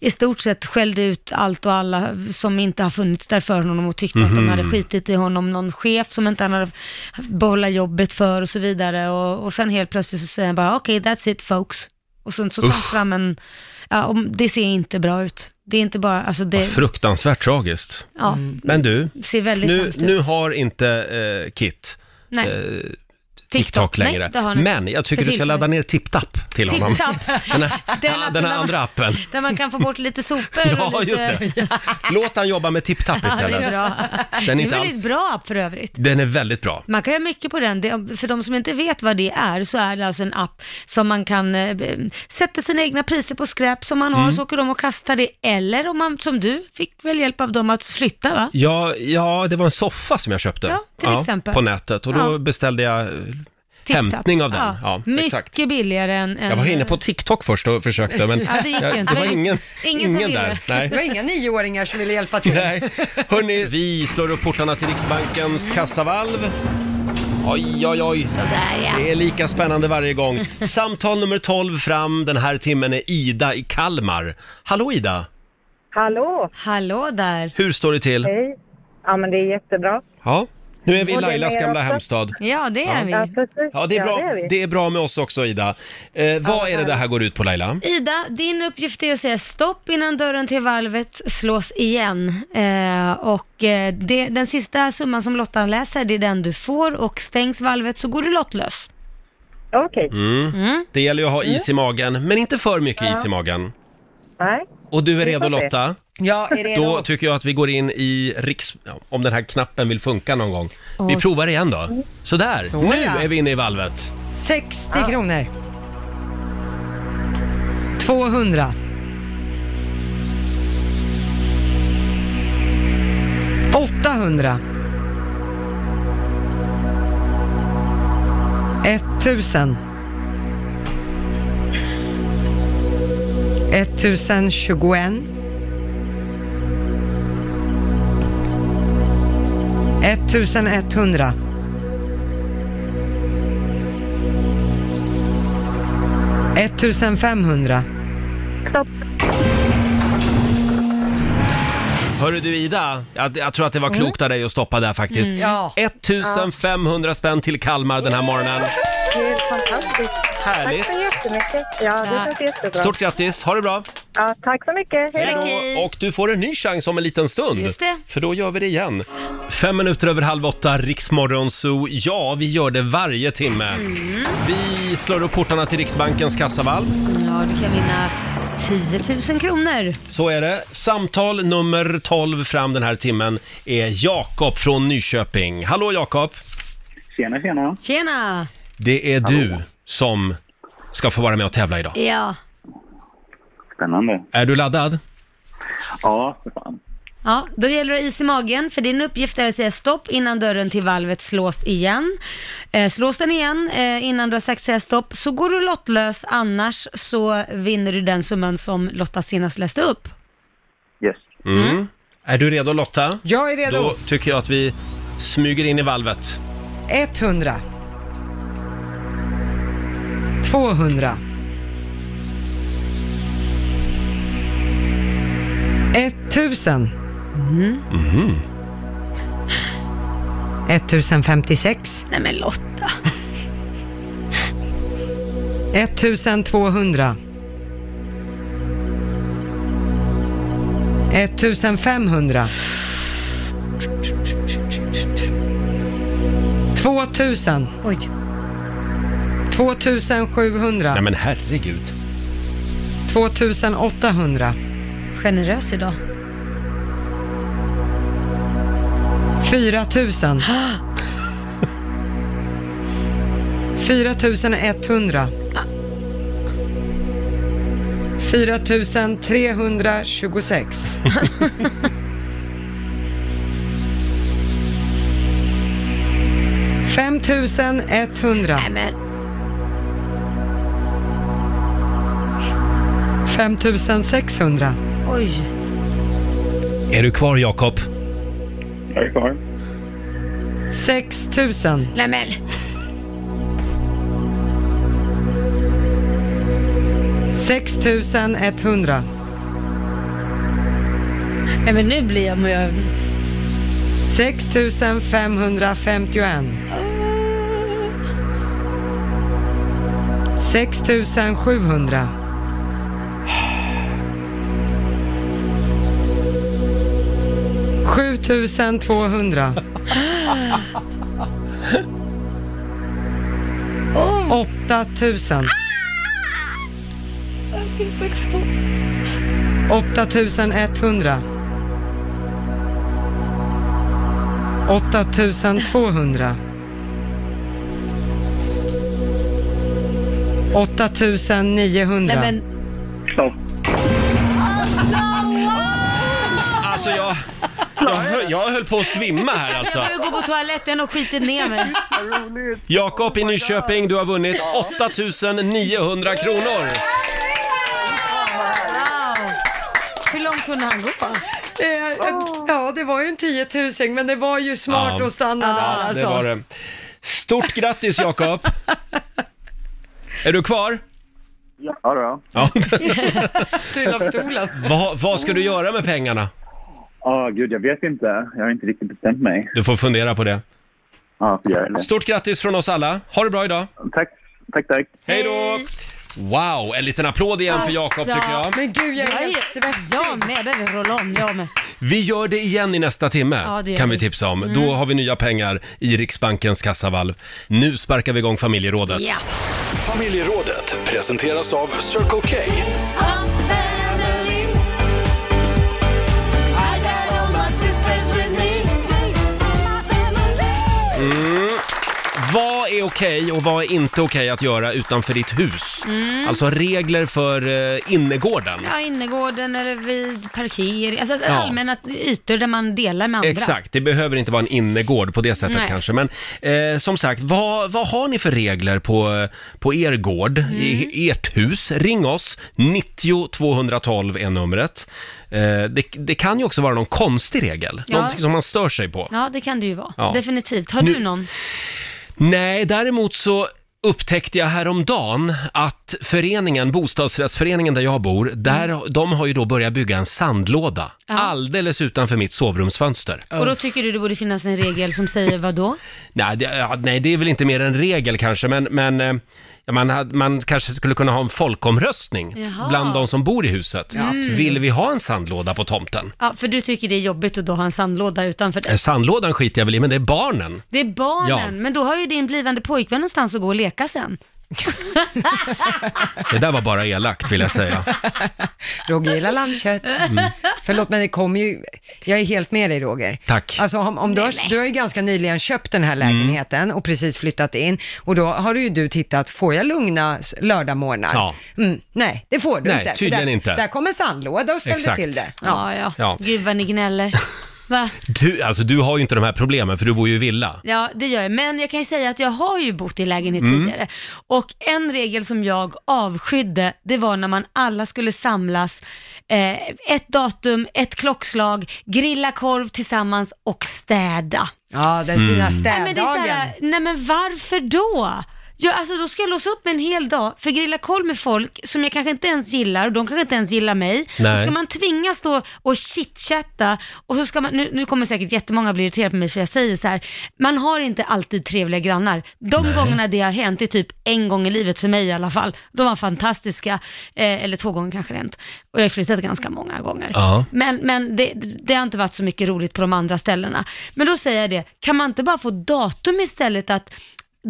Speaker 4: i stort sett skällde ut allt och alla som inte har funnits där för honom och tyckte att de hade
Speaker 1: Mhm.
Speaker 4: skitit i honom, någon chef som inte han hade behålla jobbet för och så vidare och, och sen helt plötsligt så säger han bara okej, that's it folks. Och sen så tar han fram en, ja, och det ser inte bra ut. Det är inte bara, alltså det,
Speaker 1: Fruktansvärt tragiskt.
Speaker 4: ja,
Speaker 1: Men du,
Speaker 4: ser väldigt
Speaker 1: nu,
Speaker 4: hemskt
Speaker 1: nu
Speaker 4: ut.
Speaker 1: har inte eh, Kit
Speaker 4: Nej.
Speaker 1: eh, TikTok, längre.
Speaker 4: Nej, det har han inte.
Speaker 1: men jag tycker
Speaker 4: För
Speaker 1: du ska
Speaker 4: tillfället.
Speaker 1: ladda ner TipTap till honom.
Speaker 4: TikTok.
Speaker 1: Den här,
Speaker 4: Den
Speaker 1: ja,
Speaker 4: appen
Speaker 1: den här
Speaker 4: där-
Speaker 1: andra appen.
Speaker 4: Där man kan få bort lite sopor
Speaker 1: Ja,
Speaker 4: och lite...
Speaker 1: just det. Låt han jobba med TipTap
Speaker 4: Ja, det är
Speaker 1: istället.
Speaker 4: bra.
Speaker 1: Den är inte
Speaker 4: det är en väldigt
Speaker 1: alls...
Speaker 4: bra app för övrigt.
Speaker 1: Den är väldigt bra.
Speaker 4: Man kan göra mycket på den. Det, för de som inte vet vad det är så är det alltså en app som man kan eh, b- sätta sina egna priser på skräp som man har
Speaker 1: Mm.
Speaker 4: så åker de och kastar det. Eller om man, som du, fick väl hjälp av dem att flytta va?
Speaker 1: Ja, ja, det var en soffa som jag köpte
Speaker 4: Ja, till exempel.
Speaker 1: på nätet och då
Speaker 4: Ja.
Speaker 1: beställde jag... eh,
Speaker 4: Tip-tap.
Speaker 1: Hämtning av den, ja,
Speaker 4: mycket
Speaker 1: exakt.
Speaker 4: billigare än... än eh,
Speaker 1: Jag var inne på TikTok först och försökte men
Speaker 4: Ja, det gick
Speaker 1: jag,
Speaker 4: inte.
Speaker 1: det var
Speaker 4: Men-
Speaker 1: ingen,
Speaker 4: ingen som
Speaker 1: ingen,
Speaker 4: ville.
Speaker 1: där. Nej.
Speaker 2: Det var inga nioåringar som ville hjälpa till.
Speaker 1: Nej. Hörni, vi slår upp portarna till Riksbankens kassavalv. Oj, oj, oj.
Speaker 4: Sådär ja.
Speaker 1: Det är lika spännande varje gång. Samtal nummer 12 fram den här timmen är Ida i Kalmar. Hallå Ida!
Speaker 8: Hallå!
Speaker 4: Hallå där.
Speaker 1: Hur står det till?
Speaker 8: Hej! Ja, men det är jättebra.
Speaker 1: Ja. Nu är vi i
Speaker 8: Och det är
Speaker 1: Lailas
Speaker 8: jag
Speaker 1: gamla
Speaker 8: också.
Speaker 1: hemstad.
Speaker 4: Ja, det är
Speaker 8: Ja,
Speaker 4: vi.
Speaker 8: precis.
Speaker 1: Ja, det är
Speaker 8: Ja,
Speaker 1: bra,
Speaker 8: vi.
Speaker 1: det är bra med oss också Ida. Eh, vad är det det här går ut på Laila?
Speaker 4: Ida, din uppgift är att säga stopp innan dörren till valvet slås igen. Eh, och eh, det, den sista summan som Lotta läser, det är den du får och stängs valvet så går du lottlös.
Speaker 8: Okej.
Speaker 1: Mm. Det gäller ju att ha is i magen, men inte för mycket is i magen.
Speaker 8: Nej.
Speaker 1: Och du är redo
Speaker 8: får se.
Speaker 1: Lotta?
Speaker 2: Ja, är det
Speaker 1: Då tycker jag att vi går in i riks... ja, Om den här knappen vill funka någon gång. Vi
Speaker 4: Åh.
Speaker 1: provar igen då. Sådär, nu är vi inne i valvet.
Speaker 2: 60 kronor. 200. 800. 1000. 1021. 1100. 1500.
Speaker 1: Hörru du Ida, jag, jag tror att det var klokt av dig att stoppa där faktiskt.
Speaker 2: Ja.
Speaker 1: 1500 spänn till Kalmar den här morgonen.
Speaker 8: Det är fantastiskt. Tack
Speaker 1: Härligt.
Speaker 8: så jättemycket. Ja, det
Speaker 4: Ja.
Speaker 8: känns jättebra.
Speaker 1: Stort Mm. grattis, ha det bra!
Speaker 8: Ja, tack så mycket. Hej då.
Speaker 4: Okej.
Speaker 1: Och du får en ny chans om en liten stund.
Speaker 4: Just det.
Speaker 1: För då gör vi det igen. Fem minuter över halv åtta, Riksmorgon Zoo. Ja, vi gör det varje timme.
Speaker 4: Mm.
Speaker 1: Vi slår upp portarna till Riksbankens kassavalv.
Speaker 4: Ja, du kan vinna 10 000 kronor.
Speaker 1: Så är det. Samtal nummer 12 fram den här timmen är Jakob från Nyköping. Hallå Jakob!
Speaker 7: Tjena, tjena.
Speaker 4: Tjena!
Speaker 1: Det är du som ska få vara med och tävla idag.
Speaker 4: Ja.
Speaker 7: Spännande.
Speaker 1: Är du laddad?
Speaker 7: Ja, för fan.
Speaker 4: Ja, då gäller det is i magen, för din uppgift är att säga stopp innan dörren till valvet slås igen. Eh, slås den igen eh, innan du har sagt säga stopp, så går du lottlös, annars så vinner du den summan som Lotta senast läste upp.
Speaker 7: Yes.
Speaker 1: Mm. Är du redo Lotta?
Speaker 2: Jag är redo.
Speaker 1: Då tycker jag att vi smyger in i valvet.
Speaker 2: 100. 200. 1000. 1056.
Speaker 4: Nej men Lotta.
Speaker 2: 1200. 1500. 2000.
Speaker 4: Oj.
Speaker 2: 2700.
Speaker 1: Nej men herregud.
Speaker 2: 2800.
Speaker 4: Generös idag.
Speaker 2: 4000. 4100. 4326. 5100.
Speaker 4: Nej men
Speaker 2: 5600.
Speaker 4: oj.
Speaker 1: Är du kvar Jakob?
Speaker 7: Jag är kvar.
Speaker 2: 6000.
Speaker 4: Nej men.
Speaker 2: 6100.
Speaker 4: Nej men nu blir jag... men jag-
Speaker 2: 6551. 6700. 7200.
Speaker 4: Ah! Åh,
Speaker 2: 8000.
Speaker 4: Ah! jag ska säga stopp.
Speaker 2: 8100. 8200. 8900.
Speaker 4: Nej men.
Speaker 7: Stopp.
Speaker 1: Alltså jag... Jag höll, jag höll på att svimma här alltså.
Speaker 4: Jag behöver gå på toaletten och skitit ner mig.
Speaker 1: Jakob i Nyköping, du har vunnit 8900 kronor.
Speaker 4: Wow. Hur långt kunde han gå?
Speaker 2: Eh, Ja, det var ju en 10 000 men det var ju smart
Speaker 1: Ja.
Speaker 2: att stanna där alltså.
Speaker 1: Det var det. Stort grattis Jakob! Är du kvar?
Speaker 7: Ja då.
Speaker 1: Ja.
Speaker 2: Trilla av stolen.
Speaker 1: Vad, vad ska du göra med pengarna?
Speaker 7: Ja, gud, jag vet inte. Jag har inte riktigt bestämt mig.
Speaker 1: Du får fundera på det.
Speaker 7: Ja, får göra det.
Speaker 1: Stort grattis från oss alla. Ha det bra idag.
Speaker 7: Tack, tack, tack.
Speaker 1: Hej då!
Speaker 4: Hej.
Speaker 1: Wow, en liten applåd igen för Jakob
Speaker 4: Alltså.
Speaker 1: tycker jag.
Speaker 2: Men gud, jag är helt svettig.
Speaker 4: Jag med, jag behöver rulla om. Jag med.
Speaker 1: Vi gör det igen i nästa timme,
Speaker 4: Ja, det gör
Speaker 1: kan vi
Speaker 4: vi. Mm.
Speaker 1: tipsa om. Då har vi nya pengar i Riksbankens kassavalv. Nu sparkar vi igång familjerådet.
Speaker 4: Ja.
Speaker 3: Familjerådet presenteras av Circle K.
Speaker 1: Vad är okej och vad är inte okej att göra utanför ditt hus? Alltså regler för eh, innergården.
Speaker 4: Mm. Ja, innergården eller vid parkering, alltså, alltså
Speaker 1: Ja.
Speaker 4: allmänna ytor där man delar med andra.
Speaker 1: Exakt, det behöver inte vara en innergård på det sättet
Speaker 4: Nej.
Speaker 1: kanske. Men eh, som sagt, vad, vad har ni för regler på, på er gård,
Speaker 4: Mm.
Speaker 1: i ert hus? Ring oss, 90 212 är numret. Eh, det, det kan ju också vara någon konstig regel,
Speaker 4: Ja.
Speaker 1: någonting som man stör sig på.
Speaker 4: Ja, det kan det ju vara.
Speaker 1: Ja.
Speaker 4: Definitivt. Har
Speaker 1: Nu-
Speaker 4: du någon?
Speaker 1: Nej, däremot så upptäckte jag häromdagen att föreningen, bostadsrättsföreningen där jag bor, där, de har ju då börjat bygga en sandlåda
Speaker 4: Mm. Ja.
Speaker 1: alldeles utanför mitt sovrumsfönster.
Speaker 4: Och då tycker du det borde finnas en regel som säger vad då?
Speaker 1: Nej det, ja, nej, det är väl inte mer en regel kanske, men, men eh, Man, hade, man kanske skulle kunna ha en folkomröstning
Speaker 4: Jaha.
Speaker 1: bland de som bor i huset. Mm. Vill vi ha en sandlåda på tomten?
Speaker 4: Ja, för du tycker det är jobbigt att då ha en sandlåda utanför dig.
Speaker 1: Eh, Sandlådan skiter jag väl i, men det är barnen.
Speaker 4: Det är barnen,
Speaker 1: Ja.
Speaker 4: men då har ju din blivande pojkvän någonstans att gå och leka sen.
Speaker 1: Det där var bara elakt vill jag säga.
Speaker 2: Roger gillar lammkött. Mm. Förlåt, men det kommer ju... Jag är helt med dig, Roger.
Speaker 1: Tack. Mm.
Speaker 2: Alltså, om, om du, har, du har ju ganska nyligen köpt den här lägenheten och precis flyttat in och då har ju du tittat, får jag lugna s- lördagmorgnar?
Speaker 1: Ja.
Speaker 2: Mm, nej, det får du
Speaker 1: Nej,
Speaker 2: inte. för
Speaker 1: tydligen
Speaker 2: där,
Speaker 1: inte.
Speaker 2: Där kommer sandlåda och ställer
Speaker 1: Exakt.
Speaker 2: till det.
Speaker 4: Ja, ja.
Speaker 1: Ja.
Speaker 4: Gud vad ni gnäller. Va?
Speaker 1: Du, alltså, du har ju inte de här problemen för du bor ju i villa.
Speaker 4: Ja, det gör jag. Men jag kan ju säga att jag har ju bott i lägenhet tidigare. Och en regel som jag avskydde, det var när man alla skulle samlas eh, ett datum, ett klockslag, grilla korv tillsammans och städa.
Speaker 2: Ja, den
Speaker 1: Mm.
Speaker 2: fina
Speaker 4: Nej men, det
Speaker 2: städdagen.
Speaker 4: är så här, nej men varför då? Ja, alltså då ska jag låsa upp mig en hel dag för grilla korv med folk som jag kanske inte ens gillar och de kanske inte ens gillar mig.
Speaker 1: Nej.
Speaker 4: Då ska man tvingas då och chitchatta och så ska man, nu, nu kommer säkert jättemånga bli irriterade på mig för jag säger så här, man har inte alltid trevliga grannar. De gångerna det har hänt, det är typ en gång i livet för mig i alla fall. De var fantastiska, eh, eller två gånger kanske det hänt. Och jag har flyttat ganska många gånger.
Speaker 1: Ja.
Speaker 4: Men, men det, det har inte varit så mycket roligt på de andra ställena. Men då säger jag det, kan man inte bara få datum istället att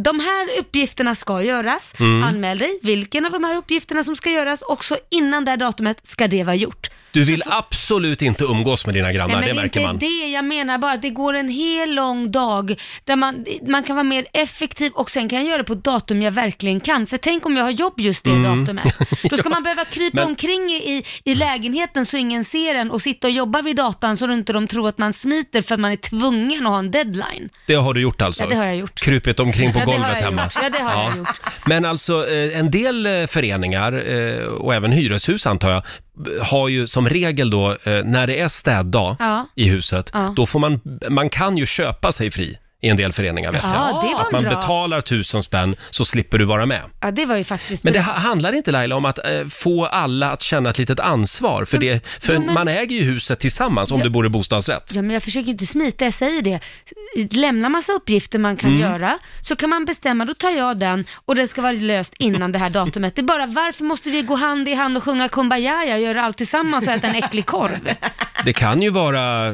Speaker 4: de här uppgifterna ska göras, anmäl dig vilken av de här uppgifterna som ska göras och så innan det här datumet ska det vara gjort.
Speaker 1: Du vill absolut inte umgås med dina grannar,
Speaker 4: Nej,
Speaker 1: det
Speaker 4: men det
Speaker 1: märker
Speaker 4: är
Speaker 1: man.
Speaker 4: inte det jag menar, bara att det går en hel lång dag där man, man kan vara mer effektiv och sen kan jag göra det på ett datum jag verkligen kan. För tänk om jag har jobb just det datumet. Då ska man behöva krypa
Speaker 1: Mm. Men-
Speaker 4: omkring i, i, i lägenheten så ingen ser en och sitta och jobba vid datan så att inte de tror att man smiter för att man är tvungen att ha en deadline.
Speaker 1: Det har du gjort alltså?
Speaker 4: Ja, det har jag gjort.
Speaker 1: Krupit omkring på
Speaker 4: Ja, det har
Speaker 1: golvet
Speaker 4: jag
Speaker 1: hemma?
Speaker 4: gjort. Ja, det har jag gjort.
Speaker 1: Men alltså, eh, en del eh, föreningar eh, och även hyreshus antar jag, b- har ju som regel då, eh, när det är städdag
Speaker 4: Ja.
Speaker 1: i huset,
Speaker 4: Ja.
Speaker 1: då får man, man kan ju köpa sig fri i en del föreningar vet jag.
Speaker 4: Ja, det var
Speaker 1: Att man
Speaker 4: bra.
Speaker 1: betalar tusen spänn så slipper du vara med.
Speaker 4: Ja, det var ju faktiskt
Speaker 1: Men det
Speaker 4: bra.
Speaker 1: ha- handlar inte Laila om att eh, få alla att känna ett litet ansvar? För, det, för
Speaker 4: jo, men-
Speaker 1: man äger ju huset tillsammans om du bor i bostadsrätt.
Speaker 4: Ja, men jag försöker inte smita, jag säger det. Lämna massa uppgifter man kan
Speaker 1: Mm.
Speaker 4: göra, så kan man bestämma, då tar jag den och den ska vara löst innan det här datumet. Det är bara, varför måste vi gå hand i hand och sjunga Kumbaya och göra allt tillsammans och äta en äcklig korv?
Speaker 1: Det kan ju vara...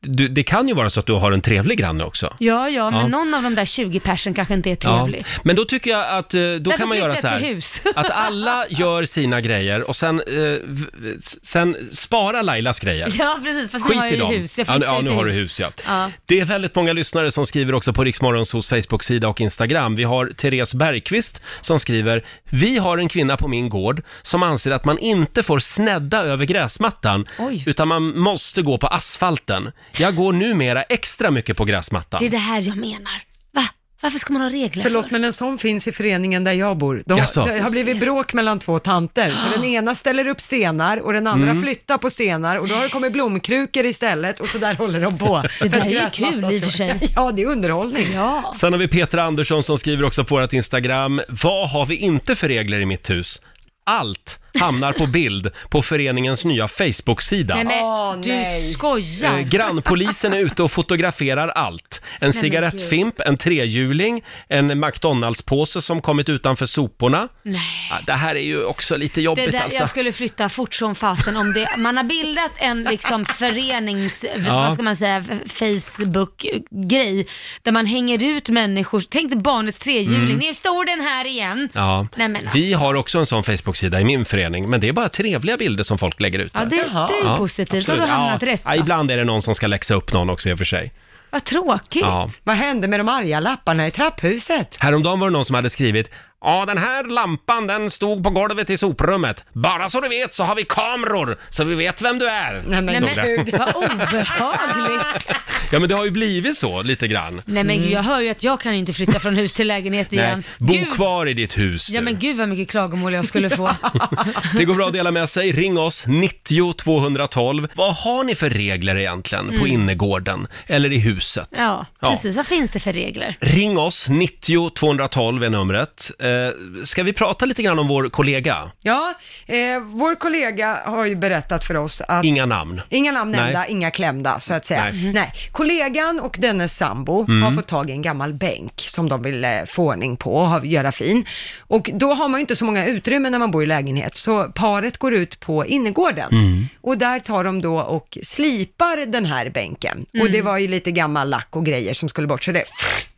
Speaker 1: Du, det kan ju vara så att du har en trevlig granne också.
Speaker 4: Ja, ja, men
Speaker 1: Ja.
Speaker 4: någon av de där 20 personen kanske inte är trevlig.
Speaker 1: Men då tycker jag att eh, då
Speaker 4: Därför
Speaker 1: kan man göra så
Speaker 4: flyttar jag till
Speaker 1: här.
Speaker 4: hus.
Speaker 1: Att alla gör sina grejer och sen, eh, v- s- sen spara Lailas grejer.
Speaker 4: Ja, precis, fast nu har
Speaker 1: Skit i
Speaker 4: jag
Speaker 1: dem.
Speaker 4: ju hus. Jag
Speaker 1: ja, nu,
Speaker 4: flyttar
Speaker 1: ja,
Speaker 4: ju
Speaker 1: nu
Speaker 4: till
Speaker 1: har du hus ja.
Speaker 4: Ja.
Speaker 1: Det är väldigt många lyssnare som skriver också på Riksmorgonsos Facebook-sida och Instagram. Vi har Therese Bergqvist som skriver Vi har en kvinna på min gård som anser att man inte får snedda över gräsmattan
Speaker 4: Oj.
Speaker 1: utan man måste gå på asfalten. Jag går numera extra mycket på gräsmattan.
Speaker 4: Det är det här jag menar. Va? Varför ska man ha regler
Speaker 2: Förlåt,
Speaker 4: för?
Speaker 2: men en sån finns i föreningen där jag bor. De,
Speaker 1: Jaså?
Speaker 2: det har blivit bråk mellan två tanter, så den ena ställer upp stenar och den andra flyttar på stenar och då har det kommit blomkrukor istället och så där håller de på. För
Speaker 4: där
Speaker 2: att
Speaker 4: är ju
Speaker 2: gräsmattan
Speaker 4: kul i och för
Speaker 2: ska-
Speaker 4: sig.
Speaker 2: Ja, det är underhållning.
Speaker 4: Ja.
Speaker 1: Sen har vi Petra Andersson som skriver också på vårt Instagram. Vad har vi inte för regler i mitt hus? Allt hamnar på bild på föreningens nya
Speaker 4: Nej,
Speaker 1: Facebook-sida.
Speaker 4: men
Speaker 2: Åh,
Speaker 4: du
Speaker 2: nej.
Speaker 4: skojar.
Speaker 1: Eh, Grannpolisen är ute och fotograferar allt. En cigarettfimp, en trehjuling, en McDonalds-påse som kommit utanför soporna.
Speaker 4: Nej.
Speaker 1: Ja, Det här är ju också lite
Speaker 4: Det
Speaker 1: jobbigt
Speaker 4: där,
Speaker 1: alltså.
Speaker 4: Jag skulle flytta fort som fasen om det, man har bildat en liksom förenings, vad ska man säga, Facebook-grej där man hänger ut människor. Tänk dig barnets trehjuling, nu står den här igen.
Speaker 1: Mm. Ja.
Speaker 4: Nej, men alltså.
Speaker 1: Vi har också en sån Facebook-sida i min förening, men det är bara trevliga bilder som folk lägger ut
Speaker 4: alltså, Ja, det,
Speaker 1: där.
Speaker 4: det är ju positivt, då har du
Speaker 1: absolut.
Speaker 4: hamnat
Speaker 1: ja,
Speaker 4: rätt.
Speaker 1: Ja,
Speaker 4: va?
Speaker 1: ibland är det någon som ska läxa upp någon också i och för sig.
Speaker 4: Vad tråkigt.
Speaker 1: Ja.
Speaker 2: Vad hände med de arga lapparna i trapphuset?
Speaker 1: Häromdagen var det någon som hade skrivit Ja, den här lampan den stod på golvet i soprummet. Bara så du vet så har vi kameror så vi vet vem du är.
Speaker 2: Nej, men
Speaker 4: Nej, men
Speaker 1: Stod det.
Speaker 2: gud.
Speaker 4: vad obehagligt.
Speaker 1: Ja, men det har ju blivit så lite grann.
Speaker 4: Nej men gud, jag hör ju att jag kan inte flytta från hus till lägenhet igen.
Speaker 1: bo
Speaker 4: gud,
Speaker 1: kvar i ditt hus
Speaker 4: Ja
Speaker 1: du.
Speaker 4: men gud vad mycket klagomål jag skulle få.
Speaker 1: Det går bra att dela med sig. Ring oss, 90 212. Vad har ni för regler egentligen på
Speaker 4: Mm.
Speaker 1: innergården eller i huset?
Speaker 4: Ja, precis. Vad finns det för regler?
Speaker 1: Ring oss, 90 212 är numret. Eh, Eh, ska vi prata lite grann om vår kollega?
Speaker 2: Ja, eh, vår kollega har ju berättat för oss att
Speaker 1: Inga namn.
Speaker 2: Inga namn
Speaker 1: Nej.
Speaker 2: nämnda, inga klämda så att säga.
Speaker 1: Nej. Mm.
Speaker 2: Nej. Kollegan och dennes sambo har fått tag i en gammal bänk som de vill eh, få ordning på och ha- göra fin. Och då har man ju inte så många utrymmen när man bor i lägenhet, så paret går ut på innergården.
Speaker 1: Mm.
Speaker 2: Och där tar de då och slipar den här bänken. Och det var ju lite gammal lack och grejer som skulle bort, så det,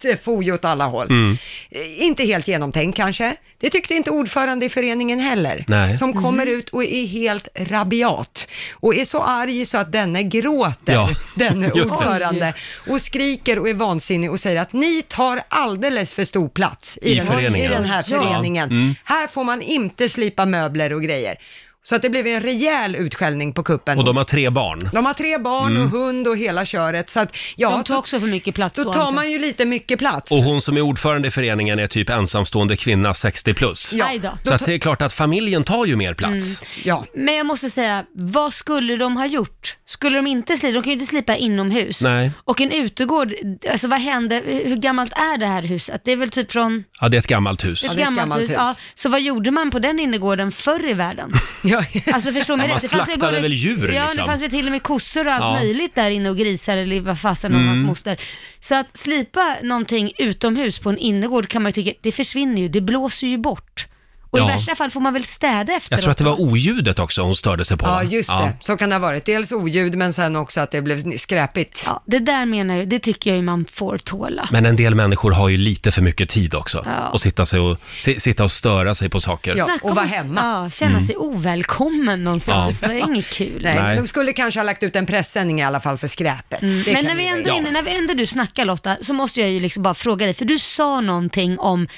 Speaker 2: det for ju åt alla håll.
Speaker 1: Mm.
Speaker 2: Eh, Inte helt genomtänkt kanske. Det tyckte inte ordförande i föreningen heller
Speaker 1: Nej.
Speaker 2: som kommer
Speaker 1: Mm.
Speaker 2: ut och är helt rabiat och är så arg så att denne gråter,
Speaker 1: Ja,
Speaker 2: denne
Speaker 1: just det.
Speaker 2: ordförande, och skriker och är vansinnig och säger att ni tar alldeles för stor plats i,
Speaker 1: I
Speaker 2: den, i
Speaker 1: föreningen.
Speaker 2: den här
Speaker 1: Ja.
Speaker 2: föreningen.
Speaker 1: Mm.
Speaker 2: Här får man inte slipa möbler och grejer. Så att det blev en rejäl utskällning på kuppen.
Speaker 1: Och de Mm. har tre barn.
Speaker 2: De har tre barn och hund och hela köret, så att ja,
Speaker 4: De tar också för mycket plats.
Speaker 2: då, då
Speaker 4: och
Speaker 2: tar
Speaker 4: allt.
Speaker 2: man ju lite mycket plats.
Speaker 1: Och hon som är ordförande i föreningen är typ ensamstående kvinna 60 plus.
Speaker 4: Aj då.
Speaker 1: Så att det är klart att familjen tar ju mer
Speaker 2: Mm.
Speaker 1: plats.
Speaker 2: Ja.
Speaker 4: Men jag måste säga, vad skulle de ha gjort? Skulle de inte slipa? De kan ju inte slipa inomhus.
Speaker 1: Nej.
Speaker 4: Och en utegård, alltså vad hände? Hur gammalt är det här huset? Det är väl typ från...
Speaker 1: Ja, det är ett gammalt hus.
Speaker 2: det är ett gammalt hus.
Speaker 4: Ja, så vad gjorde man på den innergården förr i världen?
Speaker 2: Ja.
Speaker 4: Alltså förstår mig
Speaker 1: Ja, man
Speaker 4: rätt, det fanns ju
Speaker 1: slaktade
Speaker 4: både-
Speaker 1: väl djur,
Speaker 4: Ja,
Speaker 1: liksom.
Speaker 4: det fanns väl till och med kossor och allt
Speaker 1: Ja. Mm.
Speaker 4: möjligt där inne och grisar eller vad fasen om hans moster. Så att slipa någonting utomhus på en innergård kan man ju tycka, det försvinner ju, det blåser ju bort. Och
Speaker 1: Ja.
Speaker 4: i värsta fall får man väl städa efteråt.
Speaker 1: Jag tror att det
Speaker 4: va?
Speaker 1: var oljudet också hon störde sig på.
Speaker 2: ja,
Speaker 1: va?
Speaker 2: just det. Så kan det ha varit. Dels oljud, men sen också att det blev skräpigt.
Speaker 4: Ja, det där menar jag, det tycker jag ju man får tåla.
Speaker 1: Men en del människor har ju lite för mycket tid också.
Speaker 4: Ja.
Speaker 1: Och sitta, sig och, si, sitta och störa sig på saker.
Speaker 2: Ja.
Speaker 4: Snacka
Speaker 2: och
Speaker 4: om-
Speaker 2: vara hemma.
Speaker 4: Ja, känna
Speaker 1: Mm.
Speaker 4: sig ovälkommen någonstans. Det är inget kul.
Speaker 2: Nej,
Speaker 1: Nej.
Speaker 2: de skulle kanske ha lagt ut en pressändning i alla fall för skräpet.
Speaker 1: Mm.
Speaker 2: Det
Speaker 4: Men
Speaker 2: kan
Speaker 4: när vi,
Speaker 2: ju
Speaker 4: ändå
Speaker 2: vara-
Speaker 4: är inne, när vi ändå du snackar Lotta, så måste jag ju liksom bara fråga dig, för du sa någonting om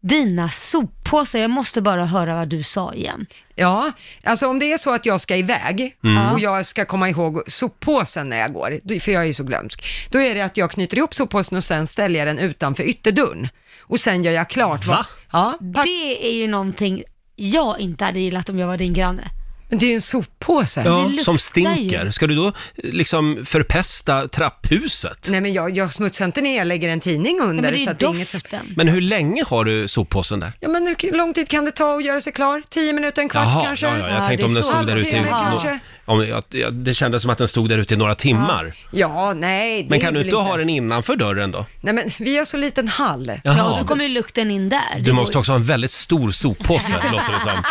Speaker 4: dina soppåsar. Jag måste bara höra vad du sa igen.
Speaker 2: Ja, alltså om det är så att jag ska iväg
Speaker 1: Mm.
Speaker 2: och jag ska komma ihåg soppåsen när jag går, då- för jag är ju så glömsk, då är det att jag knyter ihop soppåsen och sen ställer jag den utanför ytterdörren. Och sen gör jag klart.
Speaker 1: Va?
Speaker 2: Ja, pack-
Speaker 4: Det är ju någonting jag inte hade gillat om jag var din granne.
Speaker 1: Mm,
Speaker 2: men det är ju en soppåse.
Speaker 1: Ja,
Speaker 4: luktar
Speaker 1: som
Speaker 4: ju.
Speaker 1: stinker. Ska du då eh, liksom förpesta trapphuset?
Speaker 2: Nej men jag, jag smutsar inte ner, jag lägger en tidning
Speaker 4: Ja,
Speaker 2: under.
Speaker 4: men det är
Speaker 2: så
Speaker 4: ju
Speaker 2: att det är inget som...
Speaker 4: doften.
Speaker 1: Men hur länge har du soppåsen där?
Speaker 2: Ja men hur lång tid kan det ta att göra sig klar? Tio minuter, en kvart kanske?
Speaker 1: ja, ja, jag
Speaker 4: Ja,
Speaker 1: tänkte
Speaker 4: det
Speaker 1: om
Speaker 4: är
Speaker 1: den
Speaker 4: så.
Speaker 1: stod där ute i...
Speaker 2: Halvtimme
Speaker 1: nå-
Speaker 2: kanske.
Speaker 1: Om, ja, ja, det kändes som att den stod där ute i några timmar.
Speaker 2: Ja, nej. det
Speaker 1: Men
Speaker 2: är
Speaker 1: kan du
Speaker 2: väl
Speaker 1: inte ha den innanför dörren då?
Speaker 2: Nej men vi har så liten hall.
Speaker 4: Ja, och så kommer ju lukten in där. Det
Speaker 1: Du måste
Speaker 4: går ju-
Speaker 1: också ha en väldigt stor soppåse, låter det som.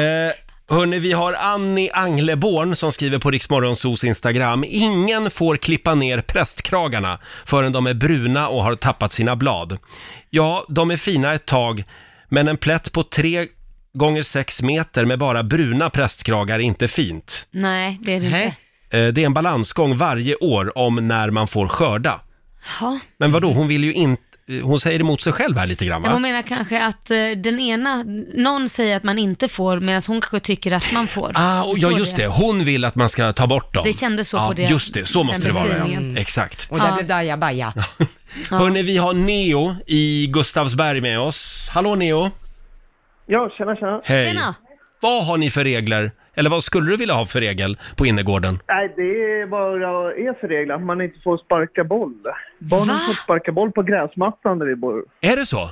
Speaker 1: Eh, hörni, vi har Annie Angleborn som skriver på Riksmorgonsos Instagram. Ingen får klippa ner prästkragarna förrän de är bruna och har tappat sina blad. Ja, de är fina ett tag, men en plätt på tre gånger sex meter med bara bruna prästkragar är inte fint.
Speaker 4: Nej, det är det inte.
Speaker 2: Nej.
Speaker 1: Eh, det är en balansgång varje år om när man får skörda.
Speaker 4: Ja.
Speaker 1: Men vadå, hon vill ju inte... Hon säger emot sig själv här lite grann,
Speaker 4: Hon
Speaker 1: va?
Speaker 4: menar kanske att eh, den ena, någon säger att man inte får medan hon kanske tycker att man får.
Speaker 1: Ah, och, ja,
Speaker 4: Så
Speaker 1: just det. Hon vill att man ska ta bort dem.
Speaker 4: Det kändes så
Speaker 1: ja,
Speaker 4: på det-
Speaker 1: Just det, så måste
Speaker 4: den
Speaker 1: det vara. Ja. Mm.
Speaker 4: beskrivningen.
Speaker 1: Exakt.
Speaker 2: Och där blev Daja Baja.
Speaker 1: Ja. Hörni, vi har Neo i Gustavsberg med oss. Hallå Neo!
Speaker 9: Ja, tjena, tjena.
Speaker 1: Hej!
Speaker 4: Tjena!
Speaker 1: Vad har ni för regler? Eller vad skulle du vilja ha för regel på innergården?
Speaker 9: Nej, det är bara er för regler att man inte får sparka boll. Barnen
Speaker 4: Va?
Speaker 9: får sparka boll på gräsmattan där vi bor.
Speaker 1: Är det så?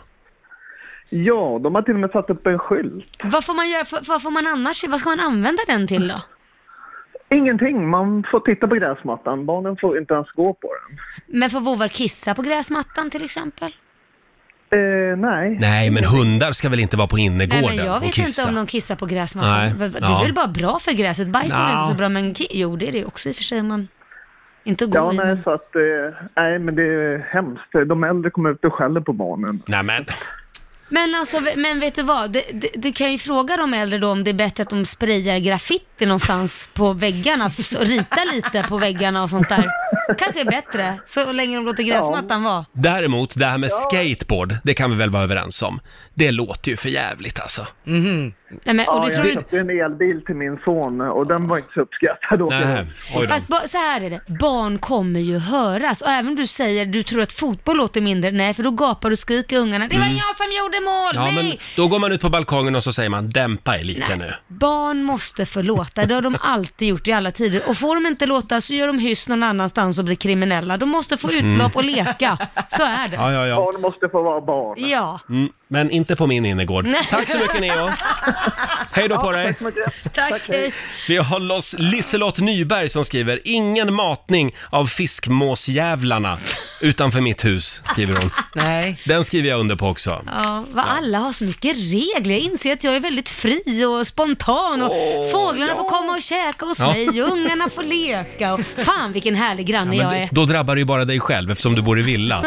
Speaker 9: Ja, de har till och med satt upp en skylt.
Speaker 4: Vad får man göra, för, vad får man annars, vad ska man använda den till då?
Speaker 9: Ingenting, man får titta på gräsmattan. Barnen får inte ens gå på den.
Speaker 4: Men får vovvar kissa på gräsmattan till exempel?
Speaker 9: Eh, nej.
Speaker 1: Nej, men hundar ska väl inte vara på
Speaker 4: Nej
Speaker 1: innergården
Speaker 4: men jag
Speaker 1: och
Speaker 4: vet
Speaker 1: kissa?
Speaker 4: inte om de kissar på gräsmattan.
Speaker 1: Nej,
Speaker 4: Va- va- Det
Speaker 1: ja.
Speaker 4: är väl bara bra för gräset? Bajs är väl
Speaker 1: Ja.
Speaker 4: inte så bra men ki- jo det är det också i och för sig om man inte går
Speaker 9: Ja,
Speaker 4: i.
Speaker 9: nej,
Speaker 4: men-
Speaker 9: så att, eh, nej, men det är hemskt. De äldre kommer ut och skäller på barnen.
Speaker 1: Nej, men...
Speaker 4: Men alltså, v- men vet du vad? Du, du, du kan ju fråga de äldre då om det är bättre att de sprayar graffiti någonstans på väggarna f- och ritar lite på väggarna och sånt där. Kanske är bättre, så länge de låter gräsmattan vara.
Speaker 1: Däremot, det här med skateboard, det kan vi väl vara överens om. Det låter ju för jävligt alltså.
Speaker 4: Nej, men, och
Speaker 9: Ja,
Speaker 4: det
Speaker 9: jag
Speaker 4: tror du,
Speaker 9: köpte en elbil till min son och den var inte så uppskattad. åt
Speaker 1: Nej,
Speaker 9: den.
Speaker 1: oj då.
Speaker 4: Fast ba- så här är det, barn kommer ju höras och även om du säger du tror att fotboll låter mindre, nej för då gapar och skriker ungarna det var jag som gjorde mål,
Speaker 1: Mm. Ja,
Speaker 4: nej!
Speaker 1: men då går man ut på balkongen och så säger man dämpa er lite nu.
Speaker 4: Barn måste förlåta, det har de alltid gjort i alla tider. Och får de inte låta så gör de hyss någon annanstans och blir kriminella. De måste få utlopp och leka, så är det.
Speaker 1: Mm. Ja, ja, ja.
Speaker 9: Barn måste få vara barn.
Speaker 4: Ja,
Speaker 1: Mm, men inte på min innergård.
Speaker 4: Nej.
Speaker 1: Tack så mycket Neo. Hej då på dig.
Speaker 9: Tack så mycket.
Speaker 4: tack hej.
Speaker 1: Vi har loss Liselott Nyberg som skriver “Ingen matning av fiskmåsjävlarna utanför mitt hus”, skriver hon.
Speaker 2: Nej.
Speaker 1: Den skriver jag under på också.
Speaker 4: Ja, vad alla har så mycket regler. Jag inser att jag är väldigt fri och spontan och fåglarna får komma och käka hos
Speaker 1: Ja.
Speaker 4: mig och ungarna får leka och fan vilken härlig granne
Speaker 1: Men
Speaker 4: jag
Speaker 1: det-
Speaker 4: är.
Speaker 1: då drabbar det ju bara dig själv eftersom du bor i villa.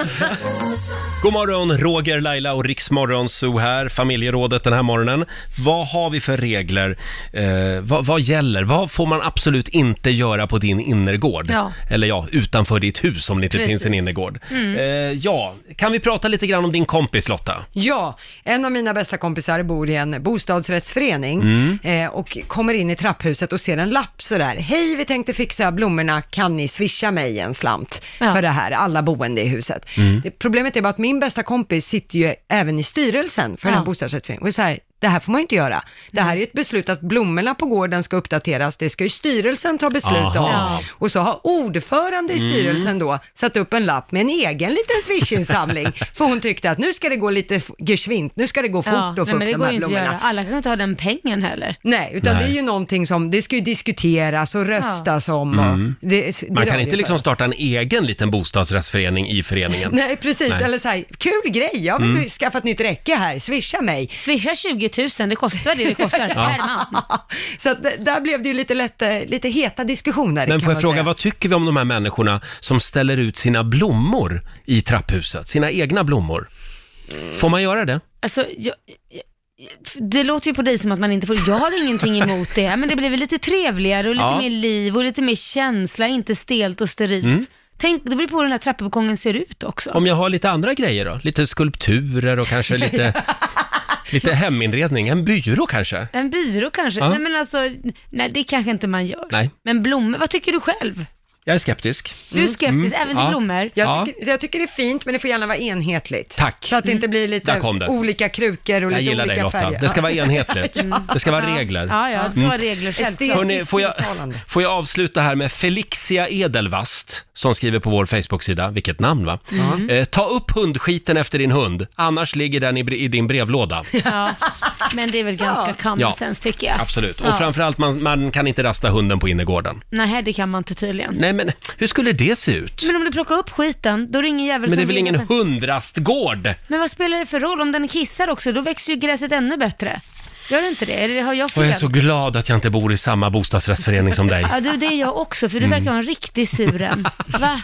Speaker 1: God morgon, Roger, Laila och Riksmorgon Zoo här, familjerådet den här morgonen. Vad har vi för regler? Eh, vad, vad gäller? Vad får man absolut inte göra på din innergård?
Speaker 4: Ja.
Speaker 1: Eller ja, utanför ditt hus om det inte
Speaker 4: Precis. Mm.
Speaker 1: finns en innergård. Eh, ja, kan vi prata lite grann om din kompis Lotta?
Speaker 2: Ja, en av mina bästa kompisar bor i en bostadsrättsförening eh, och kommer in i trapphuset och ser en lapp sådär. Hej, vi tänkte fixa blommorna, kan ni swisha mig en slant
Speaker 4: Ja.
Speaker 2: för det här, alla boende i huset. Det, problemet är bara att min bästa kompis sitter ju även i styrelsen för den
Speaker 4: Ja.
Speaker 2: här bostadsrättsföreningen och är så här, det här får man ju inte göra. Det här är ju ett beslut att blommorna på gården ska uppdateras, det ska ju styrelsen ta beslut om.
Speaker 1: Aha. Mm.
Speaker 2: Och så har ordförande i styrelsen då satt upp en lapp med en egen liten swishinsamling. för hon tyckte att nu ska det gå lite f- geschwint, nu ska det gå fort
Speaker 4: Ja,
Speaker 2: att få
Speaker 4: nej, men det
Speaker 2: upp de
Speaker 4: går ju
Speaker 2: här
Speaker 4: inte att göra.
Speaker 2: blommorna.
Speaker 4: Alla kan inte ha den pengen heller.
Speaker 2: Nej, utan
Speaker 1: Nej.
Speaker 2: det är ju någonting som, det ska ju diskuteras och röstas om. Och det, det
Speaker 1: Mm. Man
Speaker 2: rör
Speaker 1: kan
Speaker 2: ju
Speaker 1: inte liksom starta en egen liten bostadsrättsförening i föreningen.
Speaker 2: Nej, precis.
Speaker 1: Nej. Mm.
Speaker 2: Eller så här, kul grej, jag vill skaffa ett nytt räcke här, swisha mig.
Speaker 4: Swisha 20 000, det kostar det det kostar per man.
Speaker 2: så att, det- där blev det ju lite, lätt, eh, lite heta diskussioner.
Speaker 1: Men
Speaker 2: kan
Speaker 1: får jag
Speaker 2: man
Speaker 1: fråga,
Speaker 2: säga.
Speaker 1: vad tycker vi om de här människorna som ställer ut sina blommor i trapphuset? Sina egna blommor? Får man göra det?
Speaker 4: Alltså, jag, jag, det låter ju på dig som att man inte får, jag har ingenting emot det, men det blir väl lite trevligare och lite
Speaker 1: Ja.
Speaker 4: mer liv och lite mer känsla, inte stelt och sterilt. Tänk, det beror på hur den här trappuppgången ser ut också.
Speaker 1: Mm. Om jag har lite andra grejer då? Lite skulpturer och kanske lite, lite heminredning? En byrå kanske?
Speaker 4: En byrå kanske?
Speaker 1: Ja.
Speaker 4: Nej men alltså, nej det kanske inte man gör.
Speaker 1: Nej.
Speaker 4: Men blommor, vad tycker du själv?
Speaker 1: Jag är skeptisk.
Speaker 4: Du är skeptisk även till
Speaker 1: Mm. Ja.
Speaker 4: blommor?
Speaker 2: Jag,
Speaker 1: Ja.
Speaker 2: tycker, jag tycker det är fint, men det får gärna vara enhetligt.
Speaker 1: Tack. Mm.
Speaker 2: Så att det inte blir
Speaker 1: Där
Speaker 2: lite
Speaker 1: kom det.
Speaker 2: olika krukor och
Speaker 1: Jag
Speaker 2: lite
Speaker 1: gillar
Speaker 2: olika
Speaker 1: dig Lotta.
Speaker 2: färger.
Speaker 1: Det ska vara enhetligt. Mm. Det ska vara regler.
Speaker 4: Ja, ja,
Speaker 1: Mm.
Speaker 4: det ska vara regler
Speaker 2: Estetiskt
Speaker 4: självklart.
Speaker 1: Hörrni, får, jag,
Speaker 2: tilltalande.
Speaker 1: får jag avsluta här med Felixia Edelvast som skriver på vår Facebook-sida, vilket namn va? Eh, ta upp hundskiten efter din hund, annars ligger den i, bre- i din brevlåda.
Speaker 4: Ja. Men det är väl ganska common
Speaker 1: Ja.
Speaker 4: sense tycker jag.
Speaker 1: Absolut. Och
Speaker 4: Ja.
Speaker 1: framförallt, man, man kan inte rasta hunden på innergården.
Speaker 4: Nej, det kan man inte tydligen.
Speaker 1: Nej men, hur skulle det se ut?
Speaker 4: Men alltså, om du plockar upp skiten, då är det ingen jävel
Speaker 1: Men
Speaker 4: som
Speaker 1: det är väl
Speaker 4: vill
Speaker 1: ingen
Speaker 4: att-
Speaker 1: hundrastgård?
Speaker 4: Men vad spelar det för roll? Om den kissar också, då växer ju gräset ännu bättre. Gör det inte det? Eller har jag
Speaker 1: Och
Speaker 4: fel?
Speaker 1: jag är så glad att jag inte bor i samma bostadsrättsförening som dig.
Speaker 4: Ja du, det är jag också,
Speaker 1: Mm.
Speaker 4: för du verkar vara en riktig suren. Va?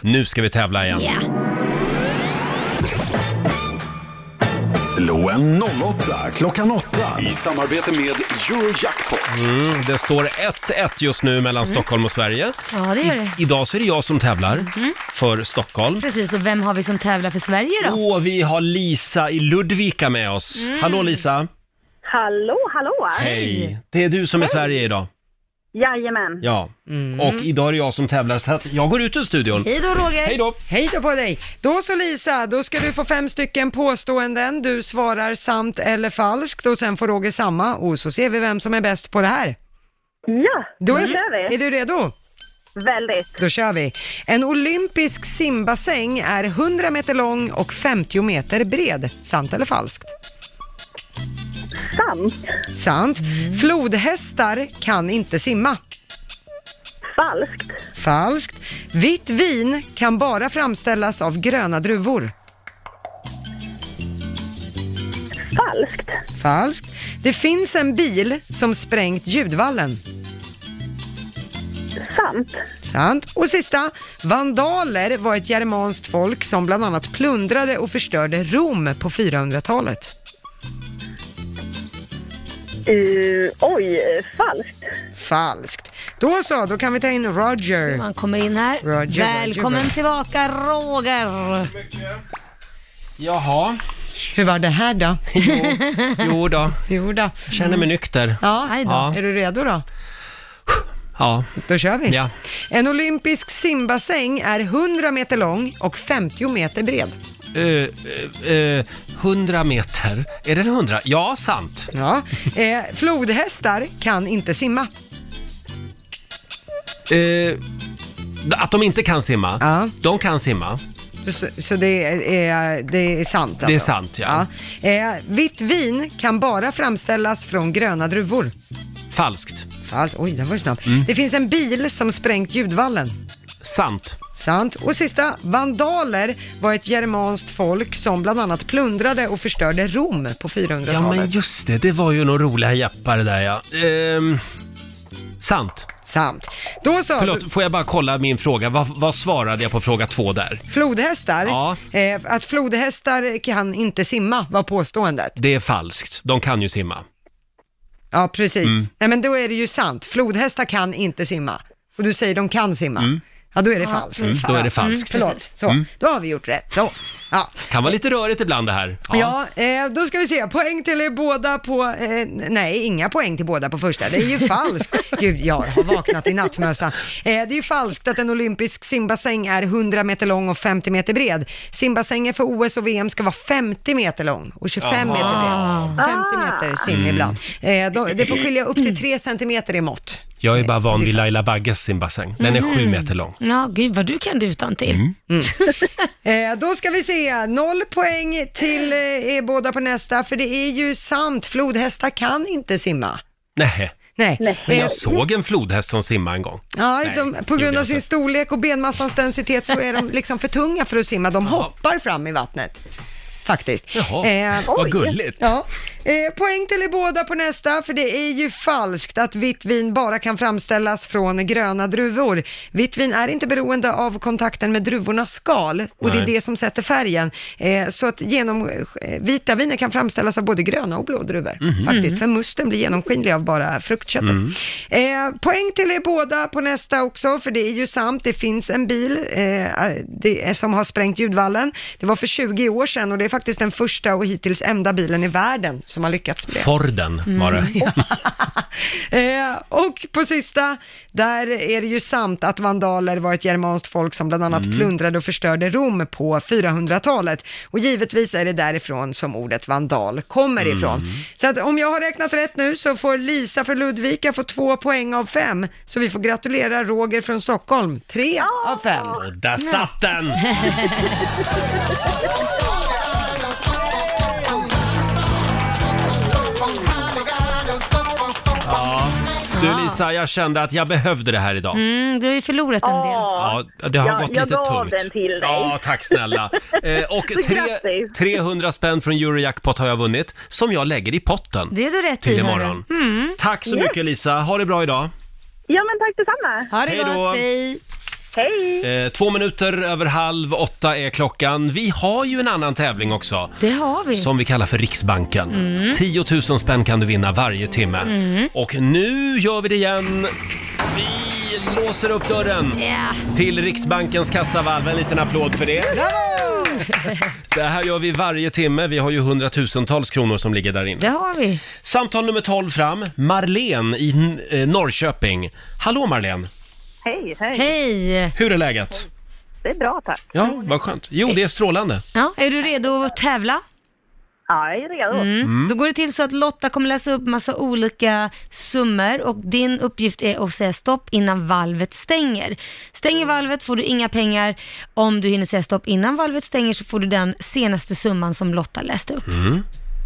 Speaker 1: Nu ska vi tävla igen.
Speaker 4: Ja.
Speaker 3: Slå en 08 klockan 8 i samarbete med Eurojackpot.
Speaker 1: Mm, det står 1-1 just nu mellan
Speaker 4: Mm.
Speaker 1: Stockholm och Sverige.
Speaker 4: ja, det gör det.
Speaker 1: Idag så är det jag som tävlar
Speaker 4: Mm.
Speaker 1: för Stockholm.
Speaker 4: Precis, och vem har vi som tävlar för Sverige då? Mm.
Speaker 1: Och vi har Lisa i Ludvika med oss. Hallå Lisa!
Speaker 8: Hallå, hallå!
Speaker 1: Hej! Det är du som är Sverige idag.
Speaker 8: Jajamän.
Speaker 1: Ja. Och idag är det jag som tävlar så att jag går ut ur studion.
Speaker 4: Hej då Roger!
Speaker 1: Hej då!
Speaker 2: Hej då på dig! Då så Lisa, då ska du få fem stycken påståenden. Du svarar sant eller falskt och sen får Roger samma och så ser vi vem som är bäst på det här.
Speaker 8: Ja,
Speaker 2: Då är,
Speaker 8: nu Mm, kör
Speaker 2: Mm. är
Speaker 8: vi.
Speaker 2: du redo?
Speaker 8: Väldigt.
Speaker 2: Då kör vi. En olympisk simbassäng är 100 meter lång och 50 meter bred. Sant eller falskt?
Speaker 8: Sant.
Speaker 2: Sant.
Speaker 8: Mm.
Speaker 2: Flodhästar kan inte simma.
Speaker 8: Falskt.
Speaker 2: Falskt. Vitt vin kan bara framställas av gröna druvor.
Speaker 8: Falskt.
Speaker 2: Falskt. Det finns en bil som sprängt ljudvallen.
Speaker 8: Sant.
Speaker 2: Sant. Och sista. Vandaler var ett germanskt folk som bland annat plundrade och förstörde Rom på 400-talet.
Speaker 8: Eh, oj, eh, falskt.
Speaker 2: Falskt. Då så, då kan vi ta in Roger.
Speaker 4: Han kommer in här.
Speaker 2: Roger,
Speaker 4: Välkommen
Speaker 2: Roger.
Speaker 4: tillbaka Roger!
Speaker 1: Jaha,
Speaker 2: Hur var det här då?
Speaker 1: Jo då,
Speaker 2: Jo då.
Speaker 1: jag känner mig nykter.
Speaker 2: Ja,
Speaker 4: Aj då.
Speaker 2: är du redo då?
Speaker 1: Ja,
Speaker 2: Då kör vi.
Speaker 1: ja.
Speaker 2: En olympisk simbassäng är 100 meter lång och 50 meter bred.
Speaker 1: Eh, eh, eh, 100 meter. Är det 100? Ja, sant.
Speaker 2: Ja. Eh, flodhästar kan inte simma.
Speaker 1: Eh, att de inte kan simma.
Speaker 2: Ja.
Speaker 1: De kan simma.
Speaker 2: Så, så det, är, det är sant alltså.
Speaker 1: Det är sant, ja.
Speaker 2: Ja. Eh, vitt vin kan bara framställas från gröna druvor.
Speaker 1: Falskt.
Speaker 2: Falskt. Oj, den var ju snabb.
Speaker 1: Mm.
Speaker 2: Det finns en bil som sprängt ljudvallen.
Speaker 1: Sant.
Speaker 2: Sant. Och sista, vandaler var ett germanskt folk som bland annat plundrade och förstörde Rom på 400-talet.
Speaker 1: Ja, men just det. Det var ju några roliga jappar där, ja. Ehm, sant.
Speaker 2: Sant. Då så,
Speaker 1: Förlåt, får jag bara kolla min fråga? Vad, vad svarade jag på fråga två där?
Speaker 2: flodhästar.
Speaker 1: Ja.
Speaker 2: Eh, att flodhästar kan inte simma var påståendet.
Speaker 1: Det är falskt. De kan ju simma.
Speaker 2: Ja, precis.
Speaker 1: Mm.
Speaker 2: Nej, men då är det ju sant. Flodhästar kan inte simma. Och du säger de kan simma. Ja, då är det falskt.
Speaker 1: Mm, då är det Mm. falskt.
Speaker 2: Förlåt, så. Då har vi gjort rätt. Så. Ja.
Speaker 1: Kan vara lite rörigt ibland det här.
Speaker 2: Ja, eh, då ska vi se. Poäng till er båda på... Eh, nej, inga poäng till båda på första. Det är ju falskt. Gud, jag har vaknat i nattmössan. Eh, det är ju falskt att en olympisk simbassäng är 100 meter lång och 50 meter bred. Simbassängen för OS och VM ska vara 50 meter lång och 25 meter bred. 50 meter sim ibland. Eh, då, det får skilja upp till 3 centimeter i mått.
Speaker 1: Jag är bara van vid Laila Bagges simbassäng. Den är
Speaker 2: Mm.
Speaker 1: sju meter lång.
Speaker 4: Ja, gud vad du kan det utan till.
Speaker 1: Mm.
Speaker 2: Eh, då ska vi se, noll poäng till eh, er båda på nästa, för det är ju sant, flodhästar kan inte simma.
Speaker 1: Nej.
Speaker 2: Nej.
Speaker 1: Men
Speaker 2: Eh,
Speaker 1: jag såg en flodhäst som simmade en gång.
Speaker 2: Ja,
Speaker 1: Nej,
Speaker 2: de, på
Speaker 1: gjorde
Speaker 2: grund av
Speaker 1: jag
Speaker 2: sin
Speaker 1: inte.
Speaker 2: storlek och benmassans densitet så är de liksom för tunga för att simma. De hoppar fram i vattnet, faktiskt.
Speaker 1: Jaha,
Speaker 2: Eh,
Speaker 1: vad gulligt.
Speaker 2: Ja. Eh, poäng till er båda på nästa, för det är ju falskt att vitt vin bara kan framställas från gröna druvor. Vitt vin är inte beroende av kontakten med druvornas skal och det är
Speaker 1: Nej.
Speaker 2: det som sätter färgen. Eh, så att genom, eh, vita viner kan framställas av både gröna och blå druvor faktiskt, för musten blir genomskinlig av bara fruktköttet. Eh, poäng till er båda på nästa också, för det är ju sant, det finns en bil eh, det, är- som har sprängt ljudvallen. Det var för 20 år sedan och det är faktiskt den första och hittills enda bilen i världen som har lyckats med det. Mm.
Speaker 1: Forden var det.
Speaker 2: Eh, och på sista, där är det ju sant att vandaler var ett germanskt folk som bland annat plundrade och förstörde Rom på 400-talet. Och givetvis är det därifrån som ordet vandal kommer ifrån. Så att om jag har räknat rätt nu så får Lisa från Ludvika få två poäng av fem. Så vi får gratulera Roger från Stockholm, tre av fem.
Speaker 1: Och där satt den! Ja, du Lisa, jag kände att jag behövde det här idag.
Speaker 4: Mm, du har ju förlorat en del.
Speaker 1: Ja, det har
Speaker 8: Jag-
Speaker 1: gått
Speaker 8: jag
Speaker 1: lite tungt.
Speaker 8: gav den till dig.
Speaker 1: Ja, tack snälla. Eh, och
Speaker 8: Så
Speaker 1: tre,
Speaker 8: grattis.
Speaker 1: 300 spänn från Eurojackpot har jag vunnit, som jag lägger i potten
Speaker 4: Det är du rätt
Speaker 1: till
Speaker 4: i. Mm.
Speaker 1: imorgon. Tack så mycket Lisa, ha det bra idag.
Speaker 8: Ja, men tack detsamma.
Speaker 4: Ha
Speaker 1: Hej
Speaker 4: det
Speaker 1: då.
Speaker 4: gott, hej.
Speaker 8: Hej!
Speaker 1: Eh, två minuter över halv åtta är klockan. Vi har ju en annan tävling också.
Speaker 4: Det har vi.
Speaker 1: Som vi kallar för Riksbanken. 10 000 spänn kan du vinna varje timme. Och nu gör vi det igen. Vi låser upp dörren
Speaker 4: Ja.
Speaker 1: till Riksbankens kassavalv. En liten applåd för det. Det här gör vi varje timme. Vi har ju hundratusentals kronor som ligger där
Speaker 4: Det
Speaker 1: inne.
Speaker 4: har vi.
Speaker 1: Samtal nummer 12 fram. Marlene i N- eh, Norrköping. Hallå Marlene!
Speaker 8: Hej, hej.
Speaker 4: Hej!
Speaker 1: Hur är läget?
Speaker 8: Det är bra, tack.
Speaker 1: Ja, vad skönt. Jo, det är strålande.
Speaker 4: Ja, är du redo att tävla?
Speaker 8: Ja, jag är redo.
Speaker 4: Mm. Då går det till så att Lotta kommer läsa upp massa olika summor och din uppgift är att säga stopp innan valvet stänger. Stänger valvet får du inga pengar. Om du hinner säga stopp innan valvet stänger så får du den senaste summan som Lotta läste
Speaker 1: Mm.
Speaker 4: upp.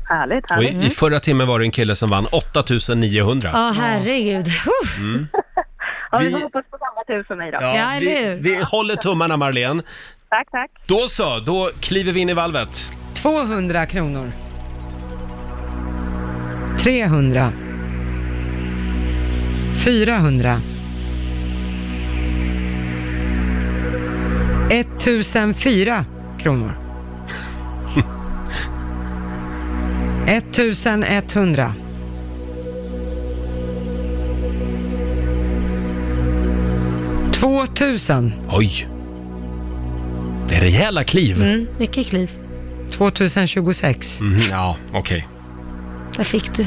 Speaker 8: Härligt,
Speaker 1: Och
Speaker 8: härligt.
Speaker 1: i, I förra timmen var det en kille som vann 8900.
Speaker 4: Mm. Ja, herregud. Huh.
Speaker 8: Ja, vi
Speaker 1: vi-
Speaker 8: får hoppas på samma tur för mig då.
Speaker 4: Ja,
Speaker 1: vi,
Speaker 4: eller hur?
Speaker 1: vi håller tummarna Marlene.
Speaker 8: Tack, tack.
Speaker 1: Då så, då kliver vi in i valvet.
Speaker 2: 200 kronor. 300. 400. 1004 kronor. 1100. 2000.
Speaker 1: Oj! Det är rejäla kliv.
Speaker 4: Mm, mycket kliv.
Speaker 2: 2026.
Speaker 1: Mhm, ja, okej.
Speaker 4: Där fick du.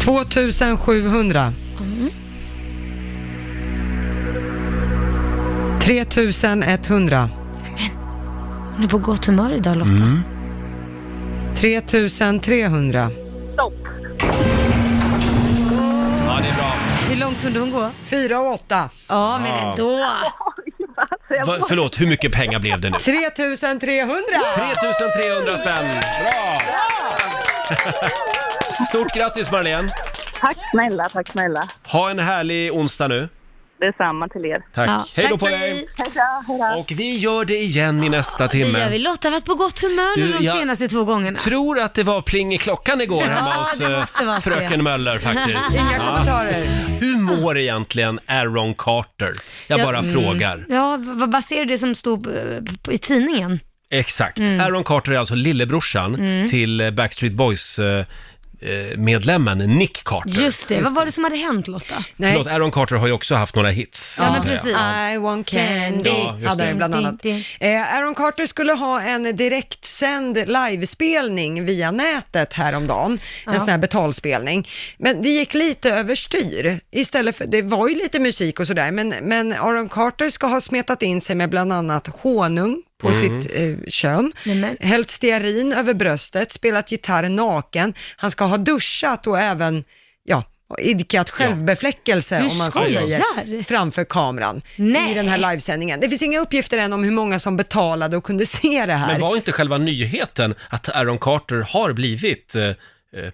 Speaker 2: 2700. 3100.
Speaker 4: Hon är på gott humör idag Lotta.
Speaker 1: Mm.
Speaker 2: 3300.
Speaker 8: Stopp.
Speaker 1: Ja, det är bra.
Speaker 4: Hur långt kunde hon gå?
Speaker 2: 4 och 8.
Speaker 4: Ja, men
Speaker 1: Ja.
Speaker 4: ändå.
Speaker 8: Alltså, jag
Speaker 1: Va, förlåt, hur mycket pengar blev det nu?
Speaker 2: 3300.
Speaker 1: 3300 spänn! Bra! Stort grattis Marlene!
Speaker 8: Tack snälla, tack snälla.
Speaker 1: Ha en härlig onsdag nu.
Speaker 8: Detsamma till er.
Speaker 1: Tack.
Speaker 4: Ja.
Speaker 1: Hej då
Speaker 4: Tack,
Speaker 1: på dig!
Speaker 8: Hej då, hej då.
Speaker 1: Och vi gör det igen i nästa
Speaker 4: Det gör vi.
Speaker 1: timme.
Speaker 4: Lotta har varit på gott humör
Speaker 1: Du,
Speaker 4: nu de
Speaker 1: jag-
Speaker 4: senaste två gångerna.
Speaker 1: Tror att det var pling i klockan igår hemma
Speaker 4: Ja,
Speaker 1: hos
Speaker 4: det
Speaker 1: eh,
Speaker 4: måste vara
Speaker 1: fröken
Speaker 4: det.
Speaker 1: Möller faktiskt.
Speaker 2: Inga kommentarer.
Speaker 1: Hur mår egentligen Aaron Carter? Jag
Speaker 4: Ja, mm.
Speaker 1: bara frågar.
Speaker 4: Ja, vad baserar du det som stod eh, på- i tidningen?
Speaker 1: Exakt.
Speaker 4: Mm.
Speaker 1: Aaron Carter är alltså lillebrorsan till eh, Backstreet Boys-medlemmen Nick Carter.
Speaker 4: Just det, vad var det som hade hänt Lotta?
Speaker 1: Förlåt, Aaron Carter har ju också haft några hits. så
Speaker 4: Ja, men
Speaker 1: att säga.
Speaker 4: precis.
Speaker 2: I want candy.
Speaker 1: Ja, just
Speaker 2: hade
Speaker 1: det.
Speaker 2: den bland annat.
Speaker 4: Ding,
Speaker 2: Eh, Aaron Carter skulle ha en direktsänd livespelning via nätet häromdagen. En sån här betalspelning. Men det gick lite överstyr. Istället för, det var ju lite musik och sådär, men, men Aaron Carter ska ha smetat in sig med bland annat honung på sitt eh, kön,
Speaker 4: Nej, men.
Speaker 2: hällt stearin över bröstet, spelat gitarr naken, han ska ha duschat och även, ja, idkat självbefläckelse
Speaker 4: Du
Speaker 2: om man så
Speaker 4: skojar.
Speaker 2: säger, framför kameran
Speaker 4: Nej.
Speaker 2: i den här livesändningen. Det finns inga uppgifter än om hur många som betalade och kunde se det här.
Speaker 1: Men var inte själva nyheten att Aaron Carter har blivit eh, eh,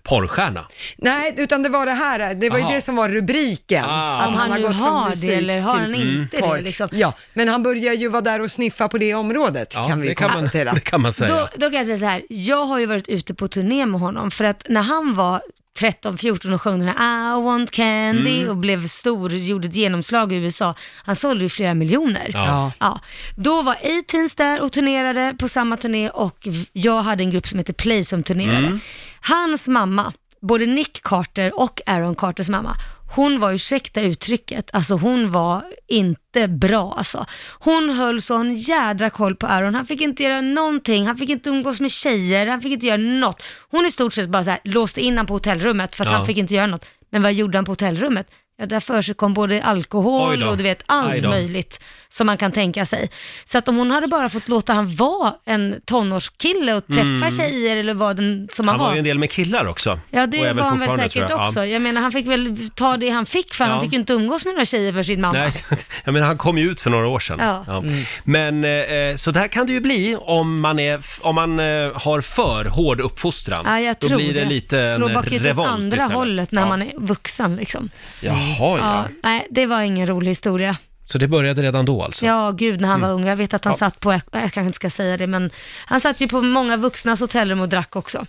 Speaker 1: porrstjärna?
Speaker 2: Nej, utan det var det här, det var
Speaker 1: Aha.
Speaker 2: ju det som var rubriken.
Speaker 1: Ah.
Speaker 4: Om han, nu har det eller har
Speaker 2: till
Speaker 4: han inte
Speaker 2: porr.
Speaker 4: det liksom.
Speaker 2: Ja, men han börjar ju vara där och sniffa på det området,
Speaker 1: Ja,
Speaker 2: kan vi
Speaker 1: det,
Speaker 2: ju
Speaker 1: kan man,
Speaker 2: konstatera.
Speaker 1: det kan man säga.
Speaker 4: Då, då kan jag säga så här, jag har ju varit ute på turné med honom för att när han var 13, 14 och sjöng den här I want candy och blev stor, gjorde ett genomslag i USA. Han sålde ju flera miljoner.
Speaker 1: Ja.
Speaker 4: Ja, då var A-Teens där och turnerade på samma turné och v- jag hade en grupp som heter Play som turnerade. Hans mamma, både Nick Carter och Aaron Carters mamma, hon var, ursäkta uttrycket, alltså hon var inte bra alltså. Hon höll sån jädra koll på Aaron, han fick inte göra någonting, han fick inte umgås med tjejer, han fick inte göra något. Hon i stort sett bara så här, låste in honom på hotellrummet för att
Speaker 1: Ja.
Speaker 4: han fick inte göra något. Men vad gjorde han på hotellrummet? Ja, där försigkom både
Speaker 1: Oj
Speaker 4: alkohol
Speaker 1: då.
Speaker 4: och du vet
Speaker 1: Aj
Speaker 4: allt
Speaker 1: då.
Speaker 4: möjligt möjligt som man kan tänka sig. Så att om hon hade bara fått låta han vara en tonårskille och träffa tjejer eller vad den som han,
Speaker 1: Mm. Han var ju
Speaker 4: var.
Speaker 1: en del med killar också.
Speaker 4: Ja
Speaker 1: Och
Speaker 4: det
Speaker 1: är
Speaker 4: var han väl
Speaker 1: fortfarande,
Speaker 4: säkert
Speaker 1: tror jag. Ja.
Speaker 4: också. Jag menar han fick väl ta det han fick för
Speaker 1: Ja.
Speaker 4: han fick ju inte umgås med några tjejer för sin mamma.
Speaker 1: Nej, jag menar, han kom ju ut för några år sedan.
Speaker 4: Ja. Mm.
Speaker 1: Men eh, så där kan det ju bli om man, är, om man eh, har för hård uppfostran.
Speaker 4: Ja, jag
Speaker 1: Då
Speaker 4: tror
Speaker 1: blir det, lite en
Speaker 4: Slå bakut åt
Speaker 1: revolt
Speaker 4: typ andra
Speaker 1: istället.
Speaker 4: hållet när
Speaker 1: ja.
Speaker 4: man är vuxen liksom.
Speaker 1: Jaha, ja.
Speaker 4: Ja, nej, det var ingen rolig historia.
Speaker 1: Så det började redan då alltså?
Speaker 4: Ja, gud när han var ung. Jag vet att han satt på, jag kanske inte ska säga det, men han satt ju på många vuxnas hotellrum och drack också.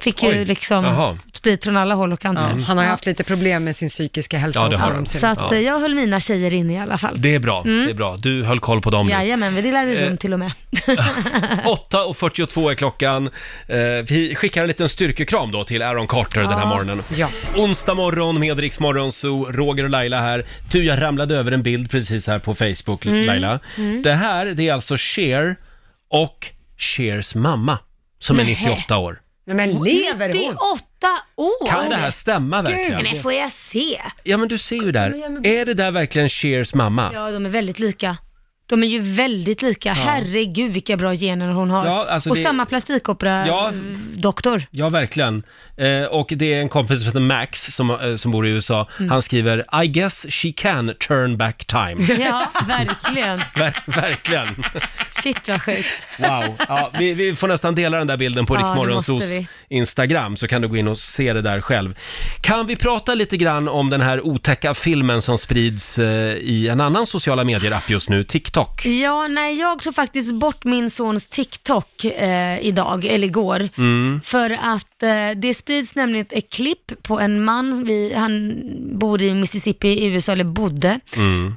Speaker 4: Fick ju
Speaker 1: Oj.
Speaker 4: liksom
Speaker 1: Jaha.
Speaker 4: sprit från alla håll och kanter.
Speaker 2: Ja, han har ju haft lite problem med sin psykiska hälsa
Speaker 1: Ja, det
Speaker 2: också
Speaker 1: har
Speaker 2: de
Speaker 1: han.
Speaker 4: Så
Speaker 2: senaste-
Speaker 4: att eh, jag höll mina tjejer inne i alla fall.
Speaker 1: Det Eh. är bra,
Speaker 4: Mm.
Speaker 1: det är bra. Du höll koll på dem nu.
Speaker 4: Jajamän, vi delade rum till och med.
Speaker 1: 8.42 är klockan. Eh, vi skickar en liten styrkekram då till Aaron Carter den här morgonen.
Speaker 2: Ja.
Speaker 1: Onsdag morgon med Rix Morgon, så Roger och Laila här. Du, jag ramlade över en bild precis här på Facebook,
Speaker 4: Mm.
Speaker 1: Laila. Det här, det är alltså Cher och Chers mamma som är 98 år.
Speaker 2: Nej, men lever hon?
Speaker 4: 98 år!
Speaker 1: Kan det här stämma
Speaker 4: Nej,
Speaker 1: verkligen?
Speaker 4: men får jag se?
Speaker 1: Ja, men du ser ju där.
Speaker 4: Ja, men-
Speaker 1: Är det där verkligen Chers mamma?
Speaker 4: Ja, de är väldigt lika. De är ju väldigt lika. Herregud vilka bra gener hon har.
Speaker 1: Ja, alltså
Speaker 4: och
Speaker 1: det-
Speaker 4: samma
Speaker 1: Ja.
Speaker 4: plastikopera-doktor.
Speaker 1: Ja, verkligen. Eh, och det är en kompis som heter Max som, eh, som bor i USA.
Speaker 4: Mm.
Speaker 1: Han skriver I guess she can turn back time.
Speaker 4: Ja. verkligen.
Speaker 1: Ver- verkligen.
Speaker 4: Shit vad sjukt.
Speaker 1: Wow. Ja, vi, vi får nästan dela den där bilden på
Speaker 4: Ja,
Speaker 1: Rix
Speaker 4: det
Speaker 1: Riksmorgonsos
Speaker 4: måste vi.
Speaker 1: Instagram så kan du gå in och se det där själv. Kan vi prata lite grann om den här otäcka filmen som sprids eh, i en annan sociala medier-app just nu, TikTok?
Speaker 4: Ja, nej, jag tog faktiskt bort min sons TikTok eh, idag, eller igår.
Speaker 1: Mm.
Speaker 4: För att eh, det sprids nämligen ett, ett klipp på en man, vi, han bor i Mississippi i USA, eller bodde.
Speaker 1: Mm.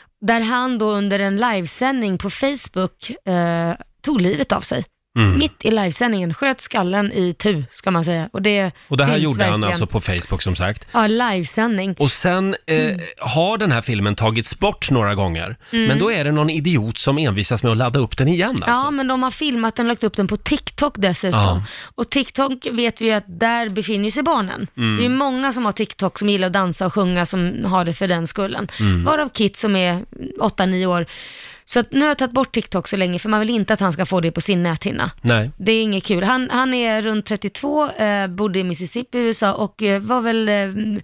Speaker 4: Där han då under en livesändning på Facebook eh, tog livet av sig.
Speaker 1: Mm.
Speaker 4: mitt i livesändningen. Sköt skallen i tu, ska man säga. Och det,
Speaker 1: Och det här
Speaker 4: syns
Speaker 1: gjorde han
Speaker 4: verkligen.
Speaker 1: alltså på Facebook som sagt.
Speaker 4: Ja, livesändning.
Speaker 1: Och sen eh, har den här filmen tagits bort några gånger.
Speaker 4: Mm.
Speaker 1: Men då är det någon idiot som envisas med att ladda upp den igen alltså.
Speaker 4: Ja, men de har filmat den och lagt upp den på TikTok dessutom.
Speaker 1: Ja.
Speaker 4: Och TikTok vet vi ju att där befinner sig barnen.
Speaker 1: Mm.
Speaker 4: Det är ju många som har TikTok som gillar att dansa och sjunga som har det för den skullen.
Speaker 1: Mm.
Speaker 4: Varav Kit som är 8-9 år. Så att nu har jag tagit bort TikTok så länge för man vill inte att han ska få det på sin näthinna.
Speaker 1: Nej.
Speaker 4: Det är inget kul. Han, han är runt 32, eh, bodde i Mississippi i USA och eh, var väl eh,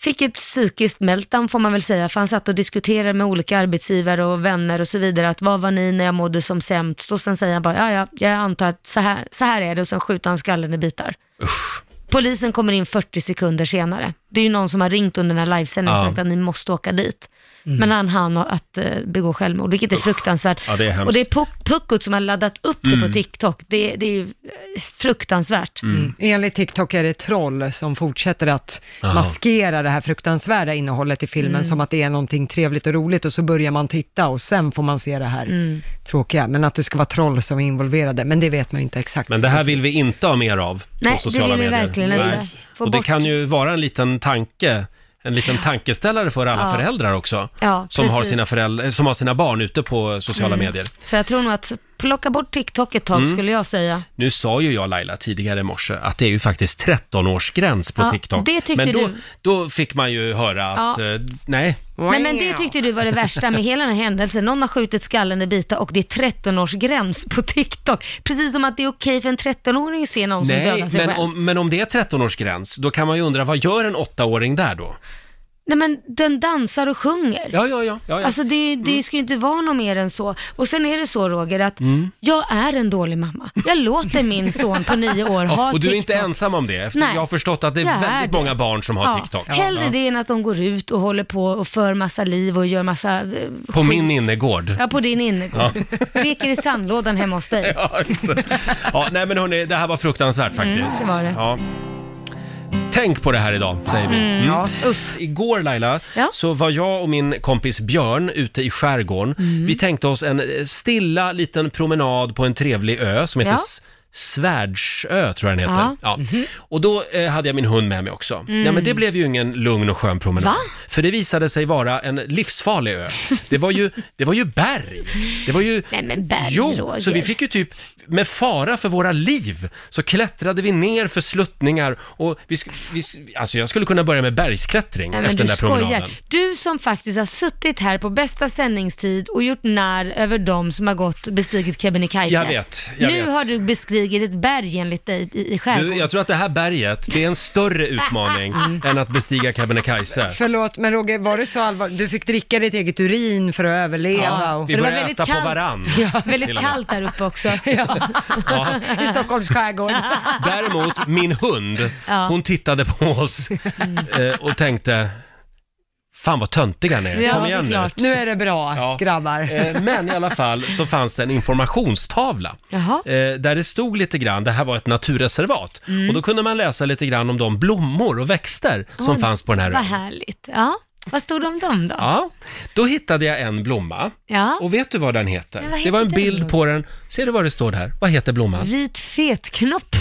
Speaker 4: Fick ett psykiskt meltdown får man väl säga, för han satt och diskuterade med olika arbetsgivare och vänner och så vidare, att vad var ni när jag mådde som sämst? Och sen säger han bara, ja, ja jag antar att så här, så här är det, och sen skjuter han skallen i bitar. Polisen kommer in 40 sekunder senare. Det är ju någon som har ringt under den här livesändningen och
Speaker 1: Ja.
Speaker 4: sagt att ni måste åka dit.
Speaker 1: Mm.
Speaker 4: Men han hann att eh, begå självmord, vilket är fruktansvärt.
Speaker 1: Ja, det är hemskt.
Speaker 4: och det är Puck- Puckot som har laddat upp det
Speaker 1: Mm.
Speaker 4: på TikTok. Det, det är ju eh, fruktansvärt.
Speaker 2: Mm. Enligt TikTok är det troll som fortsätter att
Speaker 4: Ja.
Speaker 2: maskera det här fruktansvärda innehållet i filmen
Speaker 4: Mm.
Speaker 2: som att det är någonting trevligt och roligt och så börjar man titta och sen får man se det här
Speaker 4: Mm.
Speaker 2: tråkiga. Men att det ska vara troll som är involverade, men det vet man ju inte exakt.
Speaker 1: Men det
Speaker 4: Alltså-
Speaker 1: här vill vi inte ha mer av
Speaker 2: Nej,
Speaker 1: på sociala
Speaker 2: det vill vi
Speaker 1: medier.
Speaker 2: verkligen inte.
Speaker 1: Nej.
Speaker 4: Få
Speaker 1: Och det
Speaker 4: bort-
Speaker 1: kan ju vara en liten tanke, en liten tankeställare för alla
Speaker 4: Ja.
Speaker 1: föräldrar också.
Speaker 4: Ja,
Speaker 1: som, har
Speaker 4: precis.
Speaker 1: sina föräldrar, eh, som har sina barn ute på sociala
Speaker 4: Mm.
Speaker 1: medier.
Speaker 4: Så jag tror nog att plocka bort TikTok ett tag
Speaker 1: Mm.
Speaker 4: skulle jag säga.
Speaker 1: Nu sa ju jag Laila tidigare i morse att det är ju faktiskt 13-årsgräns på
Speaker 4: Ja,
Speaker 1: TikTok.
Speaker 4: det tyckte
Speaker 1: Men då,
Speaker 4: du.
Speaker 1: då fick man ju höra att,
Speaker 4: Ja.
Speaker 1: eh, nej.
Speaker 4: Nej men det tyckte du var det värsta med hela den här händelsen. Någon har skjutit skallen i bitar och det är 13-årsgräns på TikTok. Precis som att det är okej för en 13-åring att se någon som
Speaker 1: Nej,
Speaker 4: dödar sig
Speaker 1: men
Speaker 4: själv.
Speaker 1: om, men om det är 13-årsgräns, då kan man ju undra, vad gör en 8-åring där då?
Speaker 4: Nej men den dansar och sjunger.
Speaker 1: Ja, ja, ja. ja, Mm. ja.
Speaker 4: Alltså det, det ska ju inte vara något mer än så. Och sen är det så Roger att
Speaker 1: Mm.
Speaker 4: jag är en dålig mamma. Jag låter min son på nio år ha
Speaker 1: Ja, och du är
Speaker 4: TikTok.
Speaker 1: inte ensam om det, efter
Speaker 4: Nej.
Speaker 1: jag har förstått att det är
Speaker 4: Jag är
Speaker 1: väldigt
Speaker 4: det.
Speaker 1: många barn som har TikTok.
Speaker 4: Hellre
Speaker 1: Ja.
Speaker 4: det än att de går ut och håller på och för massa liv och gör massa... eh,
Speaker 1: På
Speaker 4: skit.
Speaker 1: min innergård.
Speaker 4: Ja, på din innergård.
Speaker 1: Ja.
Speaker 4: Leker i sandlådan hemma hos dig.
Speaker 1: Ja, nej men hörni, det här var fruktansvärt
Speaker 4: Mm,
Speaker 1: faktiskt.
Speaker 4: det var det.
Speaker 1: Ja. Tänk på det här idag, säger vi.
Speaker 4: Mm. Ja,
Speaker 1: Igår Laila, så var jag och min kompis Björn ute i skärgården.
Speaker 10: Mm.
Speaker 1: Vi tänkte oss en eh, stilla liten promenad på en trevlig ö som heter
Speaker 10: Ja.
Speaker 1: S- Svärdsö, tror jag den heter.
Speaker 10: Ja.
Speaker 1: Ja.
Speaker 4: Mhm.
Speaker 1: Och då eh, hade jag min hund med mig också.
Speaker 10: Mm.
Speaker 1: Nej, men det blev ju ingen lugn och skön promenad.
Speaker 10: Va?
Speaker 1: För det visade sig vara en livsfarlig ö. Det var ju, det var ju berg. Det var ju...
Speaker 4: Nej men berg,
Speaker 1: Jo,
Speaker 4: Roger.
Speaker 1: så vi fick ju typ med fara för våra liv så klättrade vi ner för sluttningar och vi, sk- vi, s- alltså jag skulle kunna börja med bergsklättring
Speaker 4: Nej, men
Speaker 1: efter
Speaker 4: du
Speaker 1: den där promenaden.
Speaker 4: Du som faktiskt har suttit här på bästa sändningstid och gjort när över de som har gått bestigit Kebnekaise.
Speaker 1: Jag vet, jag
Speaker 4: nu
Speaker 1: vet.
Speaker 4: har du beskrivit ett berg enligt dig i, i
Speaker 1: Du,
Speaker 4: skärgården.
Speaker 1: jag tror att det här berget, det är en större utmaning
Speaker 4: Mm.
Speaker 1: än att bestiga Kebnekaise.
Speaker 2: Förlåt, men Roger, var det så allvarligt? Du fick dricka ditt eget urin för att överleva?
Speaker 1: Ja,
Speaker 2: och...
Speaker 1: vi började Det var äta väldigt på kallt. varann,
Speaker 2: Ja.
Speaker 1: till och med. kallt
Speaker 4: där uppe också.
Speaker 1: Ja.
Speaker 2: I Stockholms skärgård.
Speaker 1: Däremot min hund,
Speaker 2: Ja.
Speaker 1: hon tittade på oss
Speaker 4: Mm.
Speaker 1: eh, och tänkte, fan vad töntiga ni är, kom igen nu.
Speaker 2: Nu är det bra, grabbar.
Speaker 1: Eh, Men i alla fall så fanns det en informationstavla
Speaker 4: Jaha.
Speaker 1: eh, där det stod lite grann, det här var ett naturreservat,
Speaker 4: Mm.
Speaker 1: och då kunde man läsa lite grann om de blommor och växter som
Speaker 4: Åh,
Speaker 1: fanns på den här
Speaker 4: Vad
Speaker 1: ön.
Speaker 4: härligt. Ja. Vad stod det om dem då?
Speaker 1: Ja, då hittade jag en blomma.
Speaker 4: Ja.
Speaker 1: Och vet du vad den heter?
Speaker 4: Ja, vad
Speaker 1: det var en
Speaker 4: heter den
Speaker 1: bild
Speaker 4: då?
Speaker 1: på den. Ser du vad det står där? Vad heter blomman?
Speaker 4: Vit fetknopp.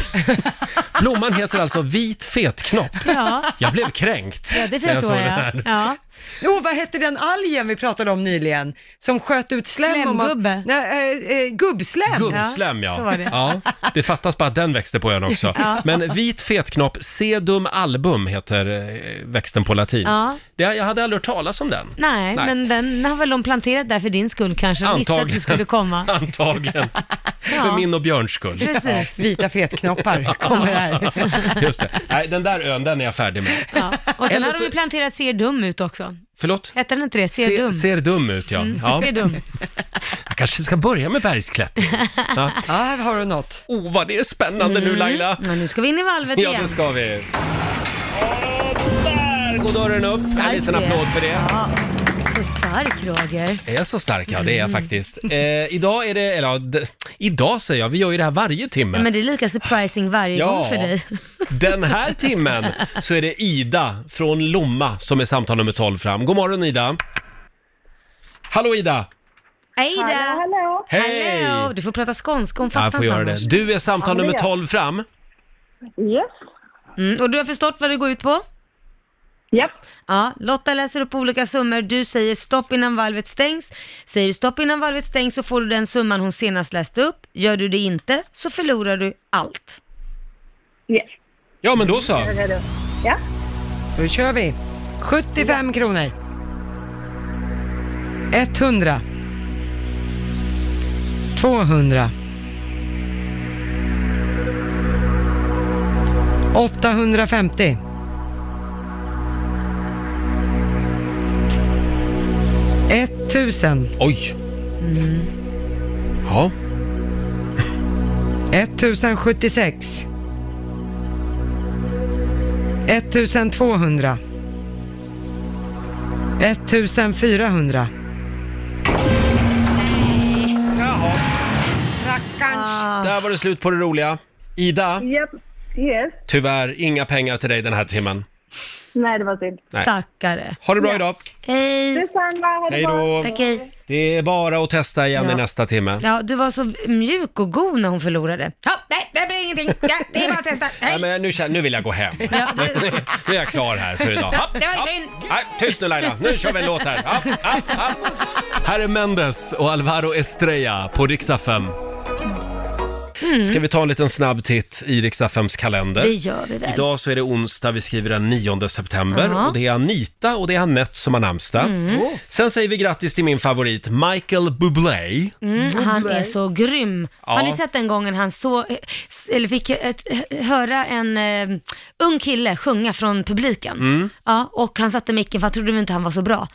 Speaker 1: Blomman heter alltså vit fetknopp.
Speaker 4: Ja.
Speaker 1: Jag blev kränkt
Speaker 2: Ja, det
Speaker 1: när jag
Speaker 2: förstår
Speaker 1: såg
Speaker 2: jag.
Speaker 1: den här.
Speaker 4: Ja.
Speaker 2: Oh, vad hette den algen vi pratade om nyligen? Som sköt ut slem? och man-
Speaker 4: Slemgubbe.
Speaker 2: Nej, eh, eh, gubbslem.
Speaker 1: Gubbslem ja.
Speaker 2: Så var det.
Speaker 1: Ja, det fattas bara att den växte på ön också.
Speaker 2: Ja.
Speaker 1: Men vit fetknopp, sedum album heter eh, växten på latin.
Speaker 4: Ja.
Speaker 1: Det, jag hade aldrig hört talas om den.
Speaker 4: Nej,
Speaker 1: Nej.
Speaker 4: men den har väl de planterat där för din skull kanske. De Visste att du
Speaker 1: Antagligen.
Speaker 4: skulle komma.
Speaker 1: Antagligen. För
Speaker 4: Ja.
Speaker 1: min och Björns skull.
Speaker 4: Precis.
Speaker 2: Vita fetknoppar kommer här.
Speaker 1: Just det. Nej, den där ön, den är jag färdig med.
Speaker 4: Ja. Och sen
Speaker 1: Eller
Speaker 4: har de ju
Speaker 1: så-
Speaker 4: planterat ser dum ut också.
Speaker 1: Förlåt?
Speaker 4: Hette den inte det? Ser dum?
Speaker 1: Ser dum ut, ja.
Speaker 4: Mm,
Speaker 1: ja.
Speaker 4: Ser dum.
Speaker 1: Jag kanske ska börja med bergsklättring. Ja.
Speaker 2: här har du något.
Speaker 1: Oh, vad det är spännande nu Laila!
Speaker 4: Men nu ska Mm. vi in i valvet
Speaker 1: Ja,
Speaker 4: igen.
Speaker 1: det ska vi. Där går dörren upp. En
Speaker 4: Starkt
Speaker 1: liten
Speaker 4: det.
Speaker 1: applåd för det.
Speaker 4: Ja. Så stark Roger.
Speaker 1: Är så stark? Ja, det är
Speaker 4: Mm.
Speaker 1: jag faktiskt. Eh, idag är det, eller ja, d- idag säger jag, vi gör ju det här varje timme.
Speaker 4: Men det är lika surprising varje
Speaker 1: Ja.
Speaker 4: gång för dig.
Speaker 1: Den här timmen så är det Ida från Lomma som är samtal nummer 12 fram. God morgon Ida! Hallå Ida!
Speaker 4: Hej Ida! Hallå,
Speaker 8: Hallå?
Speaker 1: Hej!
Speaker 4: Hello! Du får prata skånska, hon
Speaker 1: Ja,
Speaker 4: fattar
Speaker 1: jag får
Speaker 4: inte
Speaker 1: göra
Speaker 4: annars.
Speaker 1: det. Du är samtal
Speaker 8: Ja, men
Speaker 1: nummer
Speaker 8: det gör jag.
Speaker 1: 12 fram.
Speaker 8: Yes.
Speaker 4: Mm, och du har förstått vad det går ut på?
Speaker 8: Japp.
Speaker 4: Ja, Lotta läser upp olika summor, du säger stopp innan valvet stängs. Säger du stopp innan valvet stängs så får du den summan hon senast läste upp. Gör du det inte så förlorar du allt.
Speaker 8: Yes.
Speaker 1: Ja, men då så.
Speaker 8: Redo. Ja.
Speaker 2: Då kör vi. 75 kronor. 100. 200. 850. 1000.
Speaker 1: Oj.
Speaker 8: Mm.
Speaker 1: Ja,
Speaker 2: 1076 1200 1400
Speaker 8: Ah.
Speaker 1: där var det slut på det roliga. Ida,
Speaker 8: Japp. Yes.
Speaker 1: tyvärr inga pengar till dig den här timmen.
Speaker 8: Nej, det var synd.
Speaker 1: Nej.
Speaker 4: Stackare.
Speaker 1: Ha det bra idag.
Speaker 4: Hej!
Speaker 8: Detsamma. Ha det
Speaker 1: Hej
Speaker 8: bra.
Speaker 1: då.
Speaker 4: Tack, hej.
Speaker 1: Det är bara att testa igen
Speaker 4: Ja.
Speaker 1: i nästa timme.
Speaker 4: Ja, du var så mjuk och god när hon förlorade. Ja, nej, det blir ingenting. Ja, det är bara att testa.
Speaker 1: Nej,
Speaker 4: Hej!
Speaker 1: men nu, känner- nu vill jag gå hem.
Speaker 4: Ja, du,
Speaker 1: Nu är jag klar här för idag. Ja,
Speaker 4: det var
Speaker 1: ja.
Speaker 4: synd.
Speaker 1: Nej, tyst nu Laila, nu kör vi en låt här. Ja, ja, ja. Här är Mendes och Alvaro Estrella på riksdag 5. Ska vi ta en liten snabb titt i riksdag 5s kalender?
Speaker 4: det gör Hmm. vi väl.
Speaker 1: Idag så är det onsdag, vi skriver den 9 september
Speaker 4: Ja. Mm.
Speaker 1: och det är Anita och det är Anette som har namnsdag. Sen säger vi grattis till min favorit Michael Bublé.
Speaker 4: Mm, han är så grym.
Speaker 1: Ja.
Speaker 4: Har ni sett den gången han så, eh, eller fick ett, höra en eh, ung kille sjunga från publiken?
Speaker 1: Mm.
Speaker 4: Ja, och han satte micken för han trodde väl inte han var så bra.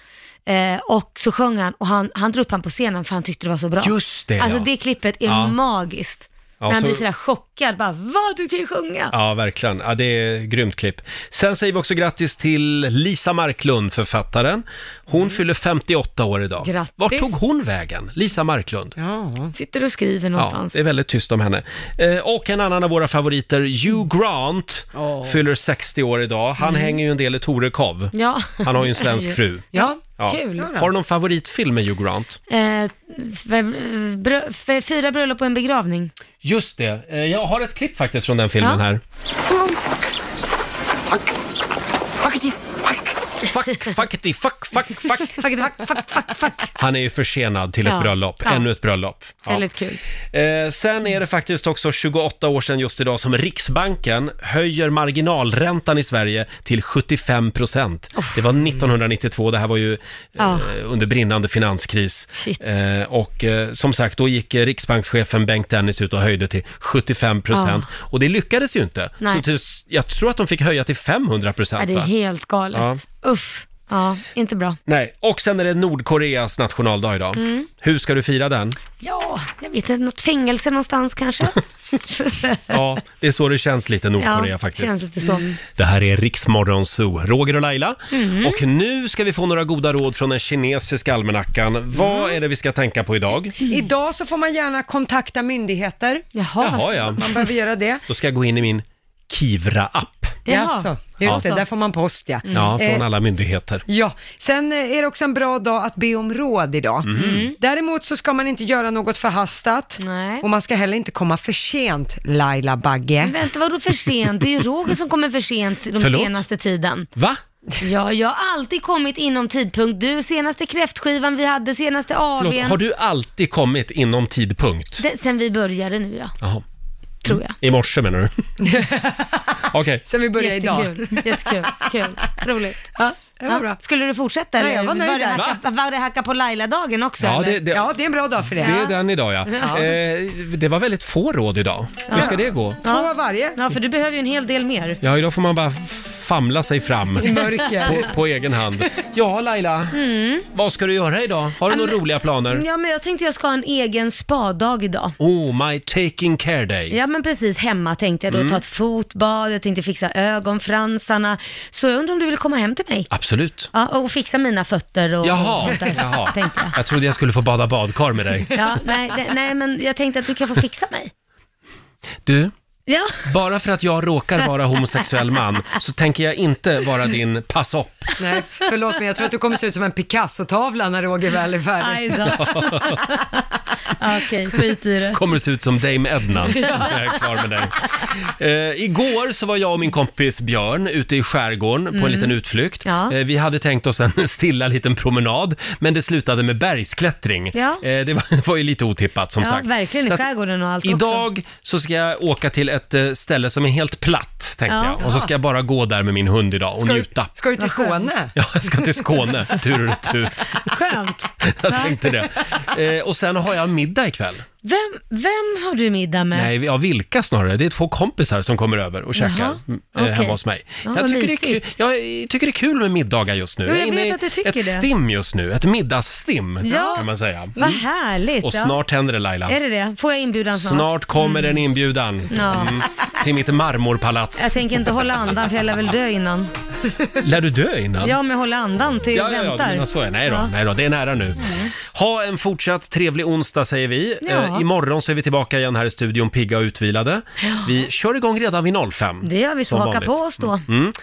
Speaker 4: Eh, och så sjöng han och han, han drog upp han på scenen för han tyckte det var så bra.
Speaker 1: Just det,
Speaker 4: Alltså
Speaker 1: ja.
Speaker 4: det klippet är
Speaker 1: Ja.
Speaker 4: magiskt.
Speaker 1: Ja,
Speaker 4: När han
Speaker 1: så-
Speaker 4: blir sådär chockad, bara vad du kan ju sjunga.
Speaker 1: Ja, verkligen. Ja, det är ett grymt klipp. Sen säger vi också grattis till Lisa Marklund, författaren. Hon fyller 58 år idag.
Speaker 4: Mm. Grattis.
Speaker 1: Vart tog hon vägen? Lisa Marklund.
Speaker 2: Ja,
Speaker 4: Sitter och skriver
Speaker 1: Ja,
Speaker 4: någonstans.
Speaker 1: det är väldigt tyst om henne. Eh, och en annan av våra favoriter, Hugh Grant, fyller 60 år idag. Han hänger ju en del i Torekov.
Speaker 4: Mm. Ja.
Speaker 1: Han har ju en svensk fru.
Speaker 2: ja.
Speaker 1: Ja.
Speaker 4: Kul.
Speaker 1: Har du någon favoritfilm med Hugh Grant?
Speaker 4: Eh, f- brö- f- fyra bröllop och en begravning.
Speaker 1: Just det, eh, jag har ett klipp faktiskt från den filmen
Speaker 4: Ja.
Speaker 1: här.
Speaker 6: Fuckity fuck.
Speaker 1: Fuck, fuckity, fuck, fuck, fuck.
Speaker 4: Fuck, fuck, fuck, fuck, fuck.
Speaker 1: Han är ju försenad till ett
Speaker 4: Ja.
Speaker 1: bröllop,
Speaker 4: Ja.
Speaker 1: ännu ett bröllop. Ja.
Speaker 4: Väldigt kul.
Speaker 1: Eh, sen är det faktiskt också 28 år sedan just idag som Riksbanken höjer marginalräntan i Sverige till 75 procent. Det var 1992, det här var ju eh,
Speaker 4: Ja.
Speaker 1: under brinnande finanskris.
Speaker 4: Shit.
Speaker 1: Eh, och eh, som sagt, då gick eh, riksbankschefen Bengt Dennis ut och höjde till 75 procent. Och det lyckades ju inte.
Speaker 4: Nej.
Speaker 1: Så till, jag tror att de fick höja till 500
Speaker 4: Ja,
Speaker 1: procent.
Speaker 4: det är helt galet. Uff. Ja, inte bra.
Speaker 1: Nej, och sen är det Nordkoreas nationaldag idag.
Speaker 4: Mm.
Speaker 1: Hur ska du fira den?
Speaker 4: Ja, jag vet inte, något fängelse någonstans kanske?
Speaker 1: Ja, det är så det känns lite Nordkorea
Speaker 4: ja,
Speaker 1: faktiskt.
Speaker 4: känns lite så.
Speaker 1: Det här är Riksmorgon Zoo, Roger och Laila.
Speaker 2: Mm.
Speaker 1: Och nu ska vi få några goda råd från den kinesiska almanackan.
Speaker 2: Mm.
Speaker 1: Vad är det vi ska tänka på idag?
Speaker 2: Idag så får man gärna kontakta myndigheter.
Speaker 4: Jaha,
Speaker 1: Jaha,
Speaker 4: ja.
Speaker 1: ja.
Speaker 2: Man behöver göra det.
Speaker 1: Då ska jag gå in i min Kivra-app.
Speaker 2: Jaså, just det,
Speaker 4: Ja.
Speaker 2: där får man post ja.
Speaker 1: Ja,
Speaker 2: Eh,
Speaker 1: från alla myndigheter.
Speaker 2: Ja, sen eh, är det också en bra dag att be om råd idag.
Speaker 4: Mhm.
Speaker 2: Däremot så ska man inte göra något förhastat
Speaker 4: Mm. Nej. Mm.
Speaker 2: och man ska heller inte komma för sent, Laila Bagge.
Speaker 4: Vänta, vadå för sent? Det är ju Roger som kommer för sent de
Speaker 1: Förlåt?
Speaker 4: senaste tiden.
Speaker 1: Va?
Speaker 4: Ja, jag har alltid kommit inom tidpunkt. Du, senaste kräftskivan vi hade, senaste AWn.
Speaker 1: Förlåt, har du alltid kommit inom tidpunkt?
Speaker 4: Det- Sen vi började nu ja,
Speaker 1: Jaha,
Speaker 4: tror jag.
Speaker 1: i morse menar du? Okej.
Speaker 2: Sen vi börjar idag.
Speaker 4: Jättekul, jättekul, kul, roligt.
Speaker 2: Ja, det var
Speaker 4: Ja.
Speaker 2: bra.
Speaker 4: Skulle du fortsätta?
Speaker 2: Nej,
Speaker 4: eller?
Speaker 2: jag var nöjd
Speaker 4: det
Speaker 2: där.
Speaker 4: hacka, var det hacka på Laila-dagen också?
Speaker 1: Ja,
Speaker 4: eller?
Speaker 1: det, det,
Speaker 2: Ja, det är en bra dag för det.
Speaker 1: det är den idag ja.
Speaker 2: Ja.
Speaker 1: Eh, det var väldigt få råd idag. Hur ska det gå?
Speaker 2: Två av varje
Speaker 4: Ja, för du behöver ju en hel del mer.
Speaker 1: Ja, idag får man bara famla sig fram.
Speaker 2: i mörker.
Speaker 1: på, på egen hand. Ja, Laila. Vad ska du göra idag? Har du några roliga planer?
Speaker 4: Mm. Ja, men jag tänkte jag ska ha en egen spadag idag.
Speaker 1: Oh, my taking care day.
Speaker 4: Ja men precis, hemma tänkte jag då ta ett fotbad, jag tänkte fixa ögonfransarna. Så jag undrar om du vill komma hem till mig?
Speaker 1: Absolut.
Speaker 4: Ja, och fixa mina fötter och och
Speaker 1: Jaha,
Speaker 4: sånt där,
Speaker 1: jaha.
Speaker 4: tänkte jag.
Speaker 1: Jag trodde jag skulle få bada badkar med dig.
Speaker 4: Ja, nej, det, nej, men jag tänkte att du kan få fixa mig.
Speaker 1: Du,
Speaker 4: Ja.
Speaker 1: Bara för att jag råkar vara homosexuell man så tänker jag inte vara din passopp.
Speaker 2: Nej, förlåt men jag tror att du kommer se ut som en Picasso-tavla när Roger väl är
Speaker 4: Aj
Speaker 2: färdig.
Speaker 4: då. Okej, skit i det.
Speaker 1: Kommer se ut som Dame Edna när jag är klar med dig. Eh, igår så var jag och min kompis Björn ute i skärgården på en liten utflykt.
Speaker 4: Mm. Ja.
Speaker 1: Eh, vi hade tänkt oss en stilla liten promenad, men det slutade med bergsklättring.
Speaker 4: Ja.
Speaker 1: Eh, det var, var ju lite otippat som
Speaker 4: Ja,
Speaker 1: sagt.
Speaker 4: verkligen i
Speaker 1: Så att
Speaker 4: skärgården och allt också.
Speaker 1: Idag så ska jag åka till ett eh, ställe som är helt platt, tänkte
Speaker 4: Ja.
Speaker 1: jag. Och så ska jag bara gå där med min hund idag och
Speaker 2: Ska du,
Speaker 1: njuta.
Speaker 2: ska du till Skåne?
Speaker 1: Ja, jag ska till Skåne, tur och tur.
Speaker 4: Skönt.
Speaker 1: Jag tänkte det. Eh, och sen har jag middag ikväll.
Speaker 4: Vem, vem har du middag med?
Speaker 1: Nej, ja, vilka snarare. Det är två kompisar som kommer över och käkar
Speaker 4: Jaha,
Speaker 1: mm, eh,
Speaker 4: okej.
Speaker 1: hemma hos mig.
Speaker 4: Ja,
Speaker 1: jag,
Speaker 4: vad
Speaker 1: tycker det är kul,
Speaker 4: mysigt.
Speaker 1: jag tycker det är kul med middagar just nu.
Speaker 4: Ja, jag
Speaker 1: är inne
Speaker 4: vet
Speaker 1: i
Speaker 4: att du tycker
Speaker 1: ett
Speaker 4: det.
Speaker 1: stim just nu, ett middagsstim
Speaker 4: Ja.
Speaker 1: kan man säga.
Speaker 4: Vad härligt.
Speaker 1: Och
Speaker 4: ja.
Speaker 1: snart händer det Laila.
Speaker 4: Är det det? Får jag inbjudan snart? Mm.
Speaker 1: Snart kommer en inbjudan
Speaker 4: Ja.
Speaker 1: mm, till mitt marmorpalats.
Speaker 4: Jag tänker inte hålla andan för jag lär väl dö innan.
Speaker 1: Lär du dö innan?
Speaker 4: Ja, men jag håller andan till
Speaker 1: Ja,
Speaker 4: jag
Speaker 1: ja, ja,
Speaker 4: väntar.
Speaker 1: men så är det. Nej då,
Speaker 4: Ja. Mm.
Speaker 1: nej då, det är nära nu. Ha en fortsatt trevlig onsdag säger vi.
Speaker 4: Ja.
Speaker 1: Eh, imorgon så är vi tillbaka igen här i studion, pigga och utvilade. Vi kör igång redan vid 05.
Speaker 4: Det gör vi, så
Speaker 1: Som
Speaker 4: haka på
Speaker 1: vanligt.
Speaker 4: oss då.
Speaker 1: Mm.